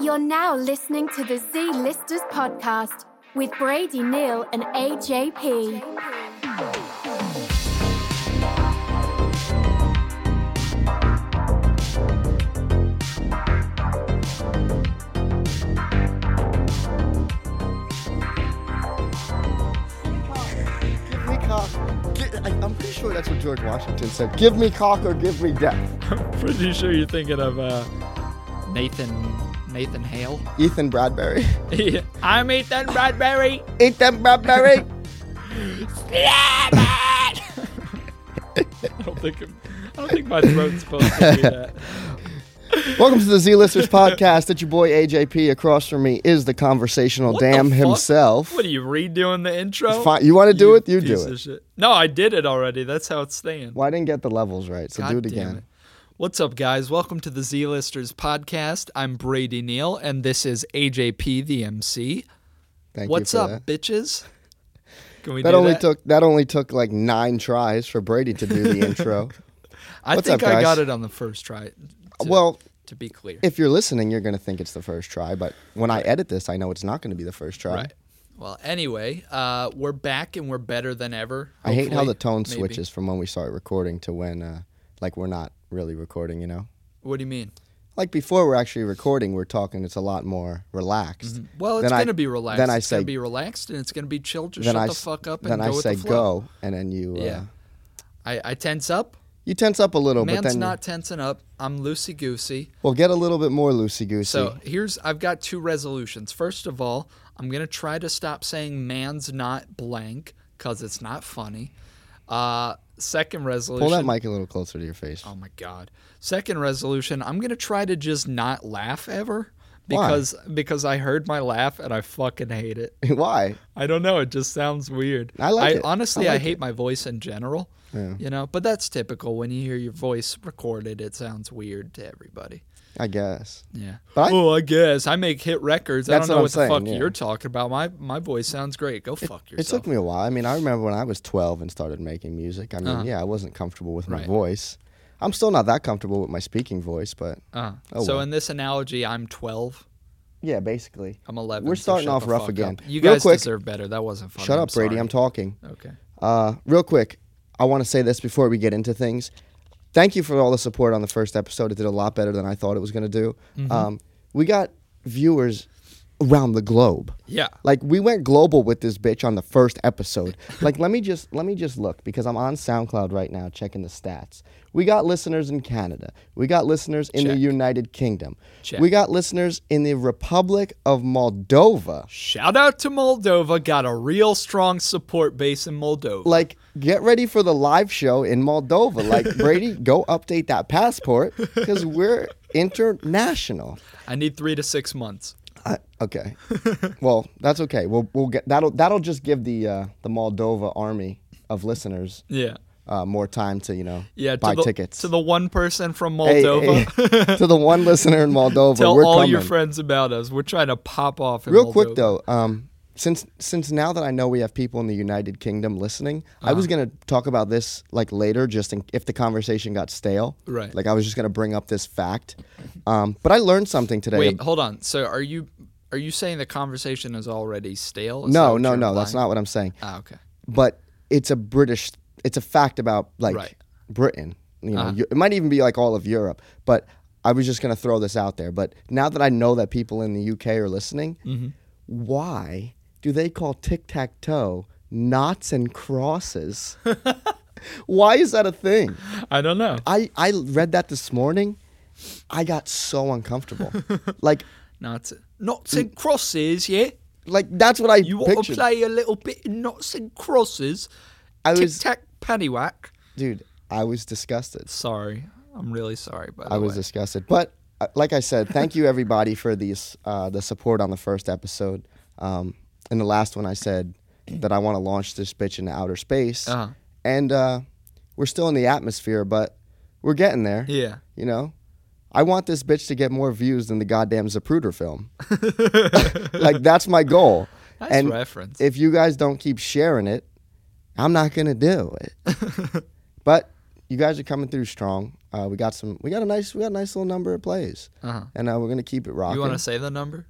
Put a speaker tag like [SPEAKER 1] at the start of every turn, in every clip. [SPEAKER 1] You're now listening to the Z Listers podcast with Brady Neal and AJP.
[SPEAKER 2] Give me cock. Gi- I- I'm pretty sure that's what George Washington said. Give me cock or give me death.
[SPEAKER 3] Pretty sure you're thinking of uh, Nathan Nathan Hale.
[SPEAKER 2] Ethan Bradbury.
[SPEAKER 3] I'm Ethan Bradbury.
[SPEAKER 2] Ethan Bradbury.
[SPEAKER 3] I don't think I don't think my throat's supposed to do that.
[SPEAKER 2] Welcome to the Z Listers podcast. It's your boy AJP. Across from me is the conversational
[SPEAKER 3] What the
[SPEAKER 2] damn
[SPEAKER 3] fuck?
[SPEAKER 2] himself.
[SPEAKER 3] What are you redoing the intro?
[SPEAKER 2] Fine. You want to do it? You do
[SPEAKER 3] piece
[SPEAKER 2] it.
[SPEAKER 3] of shit. No, I did it already. That's how it's staying.
[SPEAKER 2] Well, I didn't get the levels right, so
[SPEAKER 3] God
[SPEAKER 2] do it
[SPEAKER 3] damn
[SPEAKER 2] again.
[SPEAKER 3] it. What's up, guys? Welcome to the Z Listers podcast. I'm Brady Neal, and this is AJP the MC.
[SPEAKER 2] Thank
[SPEAKER 3] What's
[SPEAKER 2] you for
[SPEAKER 3] up,
[SPEAKER 2] that.
[SPEAKER 3] bitches? Can we
[SPEAKER 2] That
[SPEAKER 3] do
[SPEAKER 2] only
[SPEAKER 3] that?
[SPEAKER 2] took that only took like nine tries for Brady to do the intro.
[SPEAKER 3] I
[SPEAKER 2] What's
[SPEAKER 3] think
[SPEAKER 2] up,
[SPEAKER 3] I
[SPEAKER 2] guys?
[SPEAKER 3] got it on the first try. to-
[SPEAKER 2] Well,
[SPEAKER 3] to be clear,
[SPEAKER 2] if you're listening, you're gonna think it's the first try, but when I edit this, I know it's not gonna be the first try.
[SPEAKER 3] Right. Well, anyway, uh, we're back and we're better than ever.
[SPEAKER 2] I hate how
[SPEAKER 3] hopefully.
[SPEAKER 2] the tone
[SPEAKER 3] Maybe.
[SPEAKER 2] switches from when we start recording to when, uh, like, we're not really recording, you know?
[SPEAKER 3] What do you mean?
[SPEAKER 2] Like, before we're actually recording, we're talking, it's a lot more relaxed.
[SPEAKER 3] Well, it's
[SPEAKER 2] Then I-
[SPEAKER 3] gonna be relaxed.
[SPEAKER 2] Then I
[SPEAKER 3] it's
[SPEAKER 2] say,
[SPEAKER 3] gonna be relaxed, and it's gonna be chill. Just
[SPEAKER 2] then
[SPEAKER 3] shut
[SPEAKER 2] I,
[SPEAKER 3] the
[SPEAKER 2] s-
[SPEAKER 3] fuck up and
[SPEAKER 2] then
[SPEAKER 3] go
[SPEAKER 2] I
[SPEAKER 3] with
[SPEAKER 2] say
[SPEAKER 3] the flow.
[SPEAKER 2] go, and then you,
[SPEAKER 3] Yeah.
[SPEAKER 2] uh,
[SPEAKER 3] I, I tense up.
[SPEAKER 2] you tense up a little,
[SPEAKER 3] Man's
[SPEAKER 2] but then,
[SPEAKER 3] not tensing up. I'm loosey goosey.
[SPEAKER 2] well, get a little bit more loosey goosey.
[SPEAKER 3] So here's I've got two resolutions. First of all, I'm gonna try to stop saying "man's not blank" because it's not funny. Uh, second resolution.
[SPEAKER 2] Pull that mic a little closer to your face.
[SPEAKER 3] Oh my god. Second resolution, I'm gonna try to just not laugh ever
[SPEAKER 2] Why?
[SPEAKER 3] because because I heard my laugh and I fucking hate it.
[SPEAKER 2] Why?
[SPEAKER 3] I don't know, it just sounds weird.
[SPEAKER 2] I like it.
[SPEAKER 3] honestly
[SPEAKER 2] I
[SPEAKER 3] I,
[SPEAKER 2] like
[SPEAKER 3] hate my voice in general. You know, but that's typical when you hear your voice recorded, it sounds weird to everybody.
[SPEAKER 2] I guess.
[SPEAKER 3] Yeah.
[SPEAKER 2] But I-
[SPEAKER 3] oh, I guess I make hit records. I
[SPEAKER 2] That's
[SPEAKER 3] don't know
[SPEAKER 2] what I'm
[SPEAKER 3] what, the
[SPEAKER 2] saying,
[SPEAKER 3] fuck
[SPEAKER 2] yeah.
[SPEAKER 3] you're talking about. My my voice sounds great. Go fuck
[SPEAKER 2] It
[SPEAKER 3] yourself.
[SPEAKER 2] took me a while. I mean, I remember when I was 12 and started making music. I mean, yeah, I wasn't comfortable with my
[SPEAKER 3] Uh-huh. Right.
[SPEAKER 2] voice. I'm still not that comfortable with my speaking voice, but
[SPEAKER 3] uh,
[SPEAKER 2] Oh,
[SPEAKER 3] so
[SPEAKER 2] well.
[SPEAKER 3] in this analogy, I'm 12.
[SPEAKER 2] yeah, basically.
[SPEAKER 3] I'm 11.
[SPEAKER 2] We're
[SPEAKER 3] so
[SPEAKER 2] starting
[SPEAKER 3] shut
[SPEAKER 2] off
[SPEAKER 3] the
[SPEAKER 2] rough
[SPEAKER 3] fuck
[SPEAKER 2] again.
[SPEAKER 3] up. You
[SPEAKER 2] Real
[SPEAKER 3] guys
[SPEAKER 2] quick-
[SPEAKER 3] deserve better. That wasn't funny.
[SPEAKER 2] Shut up, Brady. I'm talking.
[SPEAKER 3] sorry. Okay.
[SPEAKER 2] Uh, real quick, I want to say this before we get into things. Thank you for all the support on the first episode. It did a lot better than I thought it was going to do.
[SPEAKER 3] Mm-hmm.
[SPEAKER 2] Um, we got viewers around the globe.
[SPEAKER 3] Yeah.
[SPEAKER 2] Like we went global with this bitch on the first episode. like let me just let me just look because I'm on SoundCloud right now checking the stats. We got listeners in Canada. We got listeners in the
[SPEAKER 3] Check.
[SPEAKER 2] United Kingdom.
[SPEAKER 3] Check.
[SPEAKER 2] We got listeners in the Republic of Moldova.
[SPEAKER 3] Shout out to Moldova. Got a real strong support base in Moldova.
[SPEAKER 2] like get ready for the live show in Moldova. Like Brady, go update that passport because we're international.
[SPEAKER 3] I need three to six months.
[SPEAKER 2] I, okay, well that's okay. We'll we'll get that'll that'll just give the uh, the Moldova army of listeners
[SPEAKER 3] Yeah.
[SPEAKER 2] uh, more time to you know
[SPEAKER 3] Yeah.
[SPEAKER 2] buy
[SPEAKER 3] to the,
[SPEAKER 2] tickets
[SPEAKER 3] To the one person from
[SPEAKER 2] Hey,
[SPEAKER 3] Moldova.
[SPEAKER 2] hey, to the one listener in Moldova.
[SPEAKER 3] Tell
[SPEAKER 2] we're
[SPEAKER 3] all
[SPEAKER 2] coming.
[SPEAKER 3] your friends about us. We're trying to pop off in
[SPEAKER 2] Real
[SPEAKER 3] Moldova.
[SPEAKER 2] quick though, um, since since now that I know we have people in the United Kingdom listening, I
[SPEAKER 3] Uh-huh.
[SPEAKER 2] was gonna talk about this like later, just in, if the conversation got stale.
[SPEAKER 3] Right.
[SPEAKER 2] Like I was just gonna bring up this fact, um, but I learned something today.
[SPEAKER 3] Wait, hold on. So are you are you saying the conversation is already stale? Is that
[SPEAKER 2] no,
[SPEAKER 3] what
[SPEAKER 2] no,
[SPEAKER 3] you're
[SPEAKER 2] no, that's
[SPEAKER 3] implying?
[SPEAKER 2] not what I'm saying.
[SPEAKER 3] Ah, okay.
[SPEAKER 2] But it's a British. It's a fact about like
[SPEAKER 3] Right. Uh-huh.
[SPEAKER 2] Britain. You know, Eu- it might even be like all of Europe, but. I was just gonna throw this out there, but now that I know that people in the UK are listening,
[SPEAKER 3] Mm-hmm.
[SPEAKER 2] why do they call tic tac toe knots and crosses? why is that a thing?
[SPEAKER 3] I don't know.
[SPEAKER 2] I, I read that this morning. I got so uncomfortable. like
[SPEAKER 3] Knots, knots
[SPEAKER 2] Mm.
[SPEAKER 3] and crosses, yeah.
[SPEAKER 2] like that's what I
[SPEAKER 3] You want to
[SPEAKER 2] pictured.
[SPEAKER 3] play a little bit of knots and crosses?
[SPEAKER 2] I
[SPEAKER 3] Tic
[SPEAKER 2] was-
[SPEAKER 3] tac paddywhack.
[SPEAKER 2] Dude, I was disgusted.
[SPEAKER 3] Sorry, I'm really sorry. By the
[SPEAKER 2] I was
[SPEAKER 3] way.
[SPEAKER 2] disgusted. But uh, like I said, thank you everybody for these uh, the support on the first episode. Um, in the last one, I said that I want to launch this bitch into outer space,
[SPEAKER 3] Uh-huh.
[SPEAKER 2] and uh, we're still in the atmosphere, but we're getting there.
[SPEAKER 3] yeah.
[SPEAKER 2] You know, I want this bitch to get more views than the goddamn Zapruder film. like that's my goal.
[SPEAKER 3] Nice
[SPEAKER 2] and
[SPEAKER 3] reference.
[SPEAKER 2] if you guys don't keep sharing it, I'm not gonna do it. but you guys are coming through strong. Uh, we got some. We got a nice. We got a nice little number of plays,
[SPEAKER 3] Uh-huh.
[SPEAKER 2] and uh, we're gonna keep it rocking.
[SPEAKER 3] You want to say the number?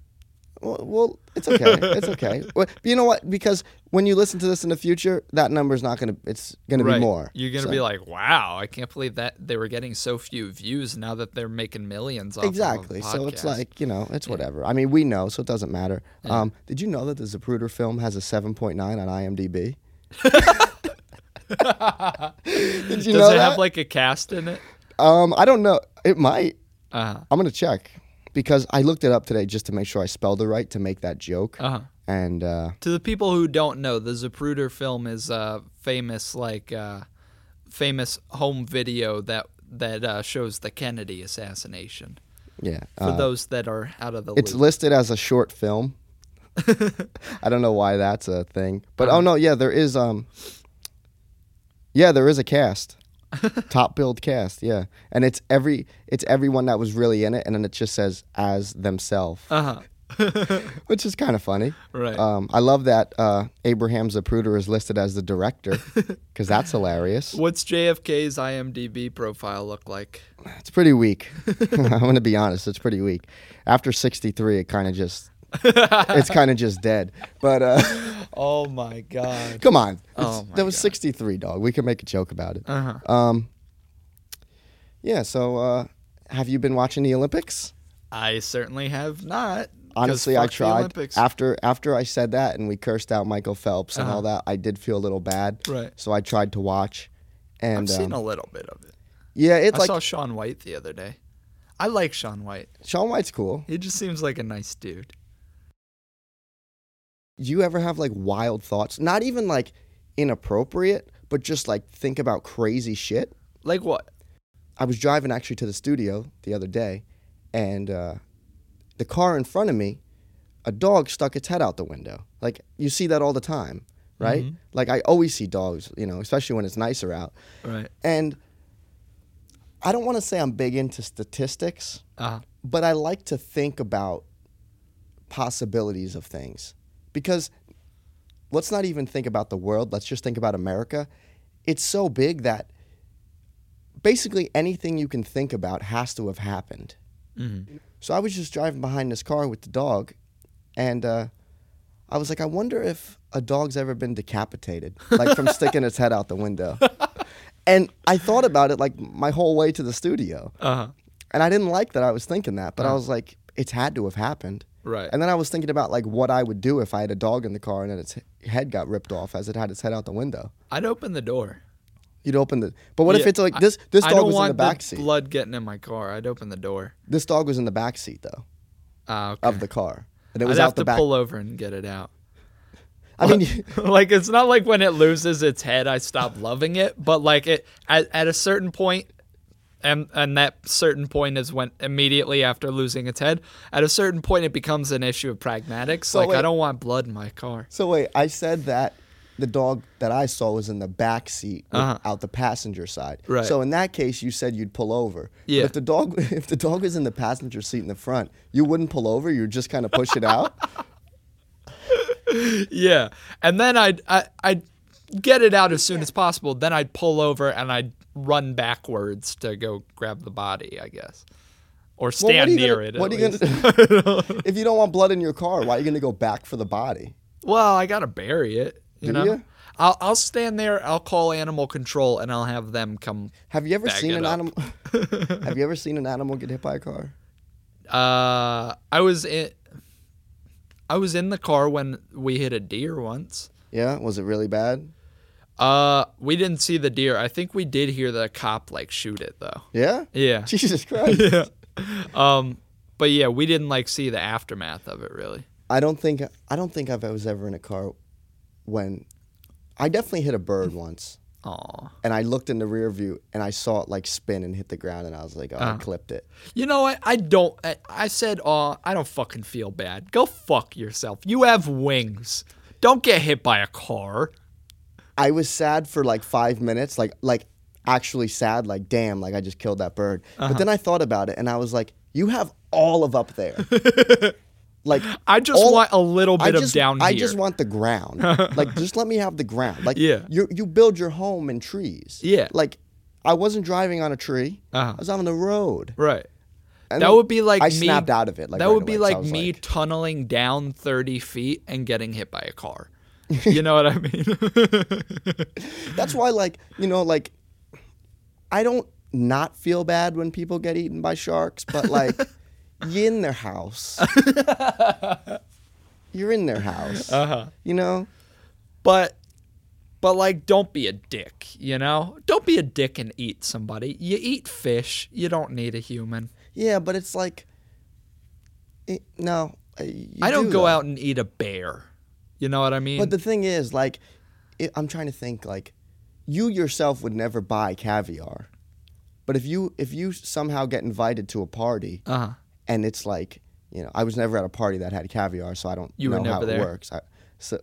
[SPEAKER 2] Well, well, it's okay. it's okay. Well, But you know what? Because when you listen to this in the future, that number's not gonna. It's gonna be more.
[SPEAKER 3] You're gonna
[SPEAKER 2] So-
[SPEAKER 3] be like, wow, I can't believe that they were getting so few views now that they're making millions off of a
[SPEAKER 2] exactly. So it's
[SPEAKER 3] podcast.
[SPEAKER 2] like you know, it's whatever. I mean, we know, so it doesn't matter. Um, did you know that the Zapruder film has a 7.9 on IMDb? did you
[SPEAKER 3] does
[SPEAKER 2] know
[SPEAKER 3] it
[SPEAKER 2] that?
[SPEAKER 3] have like a cast in it?
[SPEAKER 2] um, I don't know. It might.
[SPEAKER 3] Uh-huh.
[SPEAKER 2] I'm gonna check because I looked it up today just to make sure I spelled it right to make that joke.
[SPEAKER 3] Uh-huh.
[SPEAKER 2] And uh,
[SPEAKER 3] To the people who don't know, the Zapruder film is a famous like uh, famous home video that that uh, shows the Kennedy assassination.
[SPEAKER 2] yeah,
[SPEAKER 3] For
[SPEAKER 2] uh,
[SPEAKER 3] those that are out of the
[SPEAKER 2] it's
[SPEAKER 3] loop,
[SPEAKER 2] listed as a short film. I don't know why that's a thing, but
[SPEAKER 3] Uh-huh.
[SPEAKER 2] oh no, yeah, there is. Um, yeah, there is a cast, top billed cast, yeah, and it's every it's everyone that was really in it, and then it just says as themselves,
[SPEAKER 3] uh-huh.
[SPEAKER 2] which is kind of funny.
[SPEAKER 3] Right.
[SPEAKER 2] Um, I love that uh, Abraham Zapruder is listed as the director because that's hilarious.
[SPEAKER 3] What's JFK's IMDb profile look like?
[SPEAKER 2] It's pretty weak. I'm gonna be honest. It's pretty weak. After 63, it kind of just it's kind of just dead. But uh,
[SPEAKER 3] Oh my god.
[SPEAKER 2] come on,
[SPEAKER 3] Oh
[SPEAKER 2] It's-
[SPEAKER 3] my
[SPEAKER 2] that was
[SPEAKER 3] God.
[SPEAKER 2] 63, dog. We can make a joke about it.
[SPEAKER 3] Uh-huh.
[SPEAKER 2] Um, yeah. So, uh, have you been watching the Olympics?
[SPEAKER 3] I certainly have not. 'cause
[SPEAKER 2] Honestly,
[SPEAKER 3] fuck
[SPEAKER 2] I
[SPEAKER 3] the
[SPEAKER 2] tried.
[SPEAKER 3] Olympics.
[SPEAKER 2] After after I said that and we cursed out Michael Phelps and all that, I did feel a little bad.
[SPEAKER 3] Uh-huh. Right.
[SPEAKER 2] So I tried to watch. And
[SPEAKER 3] I've seen
[SPEAKER 2] um,
[SPEAKER 3] a little bit of it.
[SPEAKER 2] yeah, it's
[SPEAKER 3] I
[SPEAKER 2] like
[SPEAKER 3] saw Sean White the other day. I like Sean White.
[SPEAKER 2] Sean White's cool.
[SPEAKER 3] He just seems like a nice dude.
[SPEAKER 2] do you ever have like wild thoughts? Not even like inappropriate, but just like think about crazy shit.
[SPEAKER 3] Like what?
[SPEAKER 2] I was driving actually to the studio the other day, and uh, the car in front of me, a dog stuck its head out the window. Like you see that all the time, right?
[SPEAKER 3] Mm-hmm.
[SPEAKER 2] Like I always see dogs, you know, especially when it's nicer out.
[SPEAKER 3] Right.
[SPEAKER 2] And I don't want to say I'm big into statistics,
[SPEAKER 3] Uh,
[SPEAKER 2] but I like to think about possibilities of things because let's not even think about the world, let's just think about America. It's so big that basically anything you can think about has to have happened. So I was just driving behind this car with the dog, and uh, I was like, I wonder if a dog's ever been decapitated, like from sticking its head out the window. And I thought about it like my whole way to the studio.
[SPEAKER 3] uh-huh.
[SPEAKER 2] And I didn't like that I was thinking that, but I was like, it's had to have happened.
[SPEAKER 3] Right.
[SPEAKER 2] And then I was thinking about like what I would do if I had a dog in the car and then its he- head got ripped off as it had its head out the window.
[SPEAKER 3] I'd open the door.
[SPEAKER 2] You'd open the But what if
[SPEAKER 3] Yeah,
[SPEAKER 2] it's like
[SPEAKER 3] I-
[SPEAKER 2] this this
[SPEAKER 3] I
[SPEAKER 2] dog
[SPEAKER 3] don't
[SPEAKER 2] was in the
[SPEAKER 3] want
[SPEAKER 2] back seat.
[SPEAKER 3] blood getting in my car. I'd open the door.
[SPEAKER 2] this dog was in the back seat though
[SPEAKER 3] Uh, okay.
[SPEAKER 2] of the car. And Oh, it was
[SPEAKER 3] I'd
[SPEAKER 2] out
[SPEAKER 3] have
[SPEAKER 2] the
[SPEAKER 3] to
[SPEAKER 2] back.
[SPEAKER 3] pull over and get it out.
[SPEAKER 2] I mean
[SPEAKER 3] like it's not like when it loses its head, I stop loving it. But like it at, at a certain point, and and that certain point is when immediately after losing its head. At a certain point, it becomes an issue of pragmatics. like
[SPEAKER 2] wait.
[SPEAKER 3] I don't want blood in my car.
[SPEAKER 2] So wait, I said that the dog that I saw was in the back seat with-
[SPEAKER 3] Uh-huh.
[SPEAKER 2] out the passenger side.
[SPEAKER 3] Right.
[SPEAKER 2] So in that case, you said you'd pull over.
[SPEAKER 3] Yeah.
[SPEAKER 2] But if the dog, if the dog was in the passenger seat in the front, you wouldn't pull over. You'd just kind of push it out.
[SPEAKER 3] Yeah, and then I'd I, I'd get it out as soon as possible. Then I'd pull over and I'd run backwards to go grab the body, I guess,
[SPEAKER 2] Well,
[SPEAKER 3] or
[SPEAKER 2] what
[SPEAKER 3] stand
[SPEAKER 2] are you
[SPEAKER 3] near
[SPEAKER 2] gonna-
[SPEAKER 3] it.
[SPEAKER 2] What
[SPEAKER 3] at
[SPEAKER 2] are you
[SPEAKER 3] least.
[SPEAKER 2] gonna? if you don't want blood in your car, why are you gonna go back for the body?
[SPEAKER 3] Well, I gotta bury it. You
[SPEAKER 2] Do
[SPEAKER 3] know,
[SPEAKER 2] ya?
[SPEAKER 3] I'll I'll stand there. I'll call animal control and I'll have them come.
[SPEAKER 2] Have you ever
[SPEAKER 3] Bag
[SPEAKER 2] seen
[SPEAKER 3] it
[SPEAKER 2] an
[SPEAKER 3] up.
[SPEAKER 2] animal? have you ever seen an animal get hit by a car?
[SPEAKER 3] Uh, I was in. I was in the car when we hit a deer once.
[SPEAKER 2] Yeah, was it really bad?
[SPEAKER 3] Uh, we didn't see the deer. I think we did hear the cop like shoot it though.
[SPEAKER 2] Yeah.
[SPEAKER 3] Yeah.
[SPEAKER 2] Jesus Christ!
[SPEAKER 3] yeah. Um, but yeah, we didn't like see the aftermath of it really.
[SPEAKER 2] I don't think I don't think I was ever in a car when I definitely hit a bird once.
[SPEAKER 3] Aw.
[SPEAKER 2] And I looked in the rear view and I saw it like spin and hit the ground, and I was like, oh,
[SPEAKER 3] Uh-huh.
[SPEAKER 2] I clipped it.
[SPEAKER 3] You know what? I don't. I, I said, "Aw, I don't fucking feel bad." Go fuck yourself. You have wings. Don't get hit by a car.
[SPEAKER 2] I was sad for like five minutes, like like actually sad, like damn, like I just killed that bird.
[SPEAKER 3] Uh-huh.
[SPEAKER 2] But then I thought about it and I was like, you have all of up there. like
[SPEAKER 3] I just
[SPEAKER 2] all-
[SPEAKER 3] want a little
[SPEAKER 2] I
[SPEAKER 3] bit
[SPEAKER 2] just,
[SPEAKER 3] of down
[SPEAKER 2] I
[SPEAKER 3] here.
[SPEAKER 2] just want the ground. like just let me have the ground. Like
[SPEAKER 3] Yeah.
[SPEAKER 2] you you build your home in trees.
[SPEAKER 3] Yeah.
[SPEAKER 2] Like I wasn't driving on a tree.
[SPEAKER 3] Uh-huh.
[SPEAKER 2] I was on the road.
[SPEAKER 3] Right.
[SPEAKER 2] And
[SPEAKER 3] That would be like
[SPEAKER 2] I
[SPEAKER 3] me,
[SPEAKER 2] snapped out of it. Like
[SPEAKER 3] that
[SPEAKER 2] right
[SPEAKER 3] would be
[SPEAKER 2] away, 'cause I was
[SPEAKER 3] like me tunneling down 30 feet and getting hit by a car. You know what I mean?
[SPEAKER 2] That's why, like, you know, like, I don't not feel bad when people get eaten by sharks, but like, you in their house. You're in their house.
[SPEAKER 3] uh-huh.
[SPEAKER 2] You know?
[SPEAKER 3] But but like don't be a dick, you know? Don't be a dick and eat somebody. You eat fish, you don't need a human.
[SPEAKER 2] Yeah, but it's like, it, no. uh, you
[SPEAKER 3] I don't
[SPEAKER 2] do,
[SPEAKER 3] go
[SPEAKER 2] though.
[SPEAKER 3] out and eat a bear. You know what I mean?
[SPEAKER 2] But the thing is, like, it, I'm trying to think. Like, you yourself would never buy caviar, but if you if you somehow get invited to a party,
[SPEAKER 3] uh-huh.
[SPEAKER 2] and it's like you know i was never at a party that had caviar so i don't
[SPEAKER 3] You were
[SPEAKER 2] know how
[SPEAKER 3] never there.
[SPEAKER 2] it works I, so,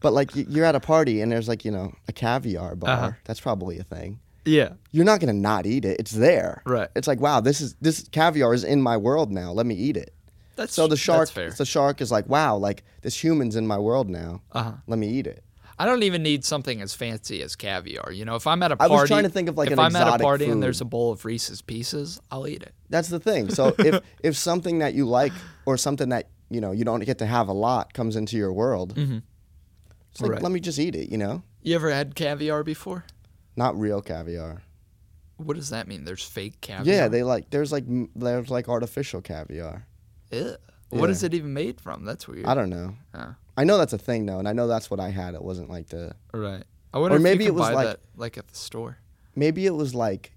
[SPEAKER 2] but like y- you're at a party and there's like you know a caviar bar
[SPEAKER 3] Uh-huh.
[SPEAKER 2] that's probably a thing
[SPEAKER 3] Yeah.
[SPEAKER 2] you're not gonna not eat it it's there
[SPEAKER 3] Right.
[SPEAKER 2] it's like wow this is this caviar is in my world now let me eat it
[SPEAKER 3] That's
[SPEAKER 2] so the shark
[SPEAKER 3] that's fair.
[SPEAKER 2] the shark is like wow like this human's in my world now
[SPEAKER 3] Uh-huh.
[SPEAKER 2] let me eat it
[SPEAKER 3] I don't even need something as fancy as caviar. You know, if I'm at a
[SPEAKER 2] I
[SPEAKER 3] party,
[SPEAKER 2] was trying to think of, like,
[SPEAKER 3] if
[SPEAKER 2] an
[SPEAKER 3] I'm at a
[SPEAKER 2] exotic
[SPEAKER 3] party and
[SPEAKER 2] food.
[SPEAKER 3] there's a bowl of Reese's Pieces, I'll eat it.
[SPEAKER 2] that's the thing so if if something that you like or something that you know you don't get to have a lot comes into your world it's like
[SPEAKER 3] Mm-hmm. Right.
[SPEAKER 2] let me just eat it you know
[SPEAKER 3] You ever had caviar before?
[SPEAKER 2] Not real caviar.
[SPEAKER 3] What does that mean? There's fake caviar.
[SPEAKER 2] Yeah, they like there's like m- there's like artificial caviar.
[SPEAKER 3] Ew. What
[SPEAKER 2] Yeah.
[SPEAKER 3] is it even made from? That's weird.
[SPEAKER 2] I don't know.
[SPEAKER 3] Oh.
[SPEAKER 2] I know that's a thing though, and I know that's what I had. It wasn't like the
[SPEAKER 3] Right. I wonder
[SPEAKER 2] Or
[SPEAKER 3] if
[SPEAKER 2] maybe
[SPEAKER 3] you
[SPEAKER 2] it
[SPEAKER 3] can
[SPEAKER 2] was
[SPEAKER 3] buy
[SPEAKER 2] like-
[SPEAKER 3] that like at the store.
[SPEAKER 2] maybe it was like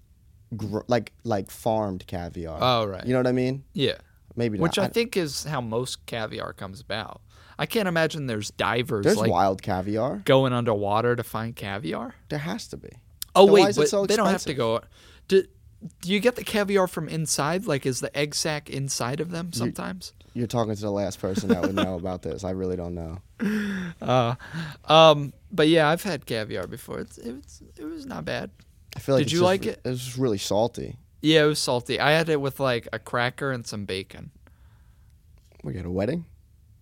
[SPEAKER 2] gr- like like farmed caviar.
[SPEAKER 3] Oh, right.
[SPEAKER 2] You know what I mean?
[SPEAKER 3] Yeah.
[SPEAKER 2] Maybe
[SPEAKER 3] Which
[SPEAKER 2] not.
[SPEAKER 3] I think is how most caviar comes about. I can't imagine there's divers
[SPEAKER 2] there's
[SPEAKER 3] like
[SPEAKER 2] wild caviar.
[SPEAKER 3] going underwater to find caviar.
[SPEAKER 2] There has to be.
[SPEAKER 3] Oh
[SPEAKER 2] Then why
[SPEAKER 3] wait,
[SPEAKER 2] is it
[SPEAKER 3] but
[SPEAKER 2] so
[SPEAKER 3] they don't have to
[SPEAKER 2] expensive?
[SPEAKER 3] go. Do, do you get the caviar from inside? Like, is the egg sac inside of them sometimes?
[SPEAKER 2] You're talking to the last person that would know about this. I really don't know.
[SPEAKER 3] Um, but yeah, I've had caviar before. It's, it was it was not bad.
[SPEAKER 2] I feel like
[SPEAKER 3] Did
[SPEAKER 2] it's
[SPEAKER 3] you
[SPEAKER 2] just
[SPEAKER 3] like
[SPEAKER 2] re-
[SPEAKER 3] it?
[SPEAKER 2] It was just really salty.
[SPEAKER 3] Yeah, it was salty. I had it with like a cracker and some bacon.
[SPEAKER 2] We at a wedding.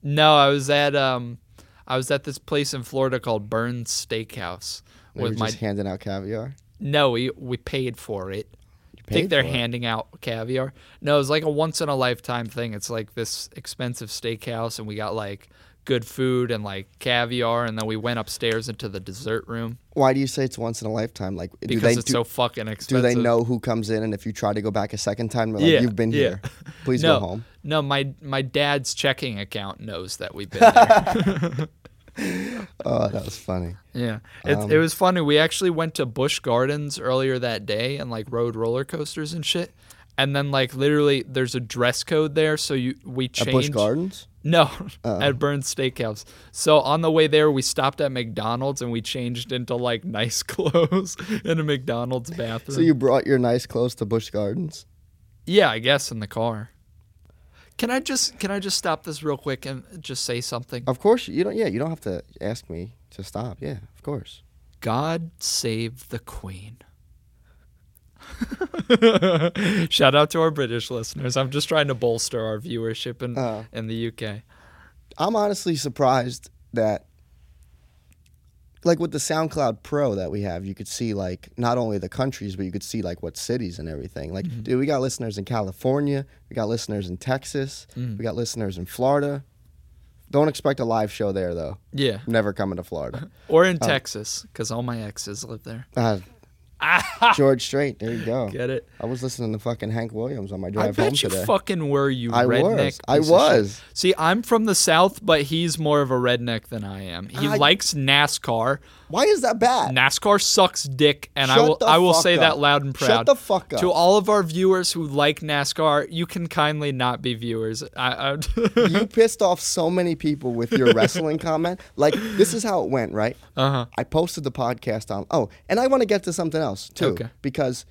[SPEAKER 3] No, I was at um, I was at this place in Florida called Burns Steakhouse
[SPEAKER 2] They were
[SPEAKER 3] with my
[SPEAKER 2] just handing out caviar.
[SPEAKER 3] no. We we paid for it.
[SPEAKER 2] You
[SPEAKER 3] I think
[SPEAKER 2] paid
[SPEAKER 3] they're
[SPEAKER 2] for it.
[SPEAKER 3] handing out caviar. No, it's like a once in a lifetime thing. It's like this expensive steakhouse, and we got like good food and like caviar, and then we went upstairs into the dessert room
[SPEAKER 2] Why do you say it's once in a lifetime? Like do
[SPEAKER 3] because
[SPEAKER 2] they
[SPEAKER 3] it's
[SPEAKER 2] do,
[SPEAKER 3] so fucking
[SPEAKER 2] Do
[SPEAKER 3] expensive.
[SPEAKER 2] they know who comes in? And if you try to go back a second time, they're like,
[SPEAKER 3] Yeah,
[SPEAKER 2] you've been
[SPEAKER 3] yeah.
[SPEAKER 2] here. Please
[SPEAKER 3] no,
[SPEAKER 2] go home.
[SPEAKER 3] No, my my dad's checking account knows that we've been there.
[SPEAKER 2] Oh, that was funny.
[SPEAKER 3] yeah, it,
[SPEAKER 2] Um,
[SPEAKER 3] it was funny. We actually went to Busch Gardens earlier that day and like rode roller coasters and shit. And then like literally, there's a dress code there, so you we
[SPEAKER 2] At
[SPEAKER 3] change.
[SPEAKER 2] Bush Gardens?
[SPEAKER 3] No,
[SPEAKER 2] Oh.
[SPEAKER 3] at Burns Steakhouse. So on the way there, we stopped at McDonald's and we changed into like nice clothes in a McDonald's bathroom.
[SPEAKER 2] So you brought your nice clothes to Bush Gardens?
[SPEAKER 3] yeah, I guess in the car. Can I just can I just stop this real quick and just say something?
[SPEAKER 2] Of course. You don't. Yeah, you don't have to ask me to stop. Yeah, of course.
[SPEAKER 3] God save the Queen. Shout out to our British listeners. I'm just trying to bolster our viewership in
[SPEAKER 2] Oh.
[SPEAKER 3] in the UK.
[SPEAKER 2] I'm honestly surprised that, like with the SoundCloud Pro that we have, you could see like not only the countries, but you could see like what cities and everything. Like,
[SPEAKER 3] Mm-hmm.
[SPEAKER 2] dude, we got listeners in California. We got listeners in Texas.
[SPEAKER 3] Mm.
[SPEAKER 2] We got listeners in Florida. Don't expect a live show there though.
[SPEAKER 3] Yeah,
[SPEAKER 2] Never coming to Florida.
[SPEAKER 3] or
[SPEAKER 2] Oh.
[SPEAKER 3] in Texas, because all my exes live there.
[SPEAKER 2] Uh, George Strait. There you go.
[SPEAKER 3] Get it?
[SPEAKER 2] I was listening to fucking Hank Williams on my
[SPEAKER 3] I
[SPEAKER 2] drive home
[SPEAKER 3] bet you
[SPEAKER 2] today.
[SPEAKER 3] fucking were, you
[SPEAKER 2] I
[SPEAKER 3] redneck.
[SPEAKER 2] was. I
[SPEAKER 3] piece of shit.
[SPEAKER 2] was.
[SPEAKER 3] See, I'm from the South, but he's more of a redneck than I am. He
[SPEAKER 2] I-
[SPEAKER 3] likes NASCAR.
[SPEAKER 2] Why is that bad?
[SPEAKER 3] NASCAR sucks dick, and I
[SPEAKER 2] Shut
[SPEAKER 3] will
[SPEAKER 2] the
[SPEAKER 3] I will
[SPEAKER 2] fuck
[SPEAKER 3] say that
[SPEAKER 2] up.
[SPEAKER 3] loud and
[SPEAKER 2] Shut
[SPEAKER 3] proud.
[SPEAKER 2] the fuck up.
[SPEAKER 3] To all of our viewers who like NASCAR, you can kindly not be viewers. I, I,
[SPEAKER 2] you pissed off so many people with your wrestling comment. Like this is how it went, right? Uh
[SPEAKER 3] Uh-huh.
[SPEAKER 2] huh. I posted the podcast on. Oh, and I want to get to something else too,
[SPEAKER 3] Okay.
[SPEAKER 2] because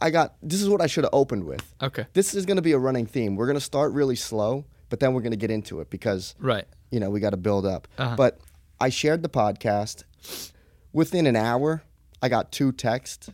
[SPEAKER 2] I got. This is what I should have opened with.
[SPEAKER 3] Okay.
[SPEAKER 2] This is going to be a running theme. We're going to start really slow, but then we're going to get into it because
[SPEAKER 3] right.
[SPEAKER 2] you know we got to build up.
[SPEAKER 3] Uh-huh.
[SPEAKER 2] But I shared the podcast. Within an hour, I got two texts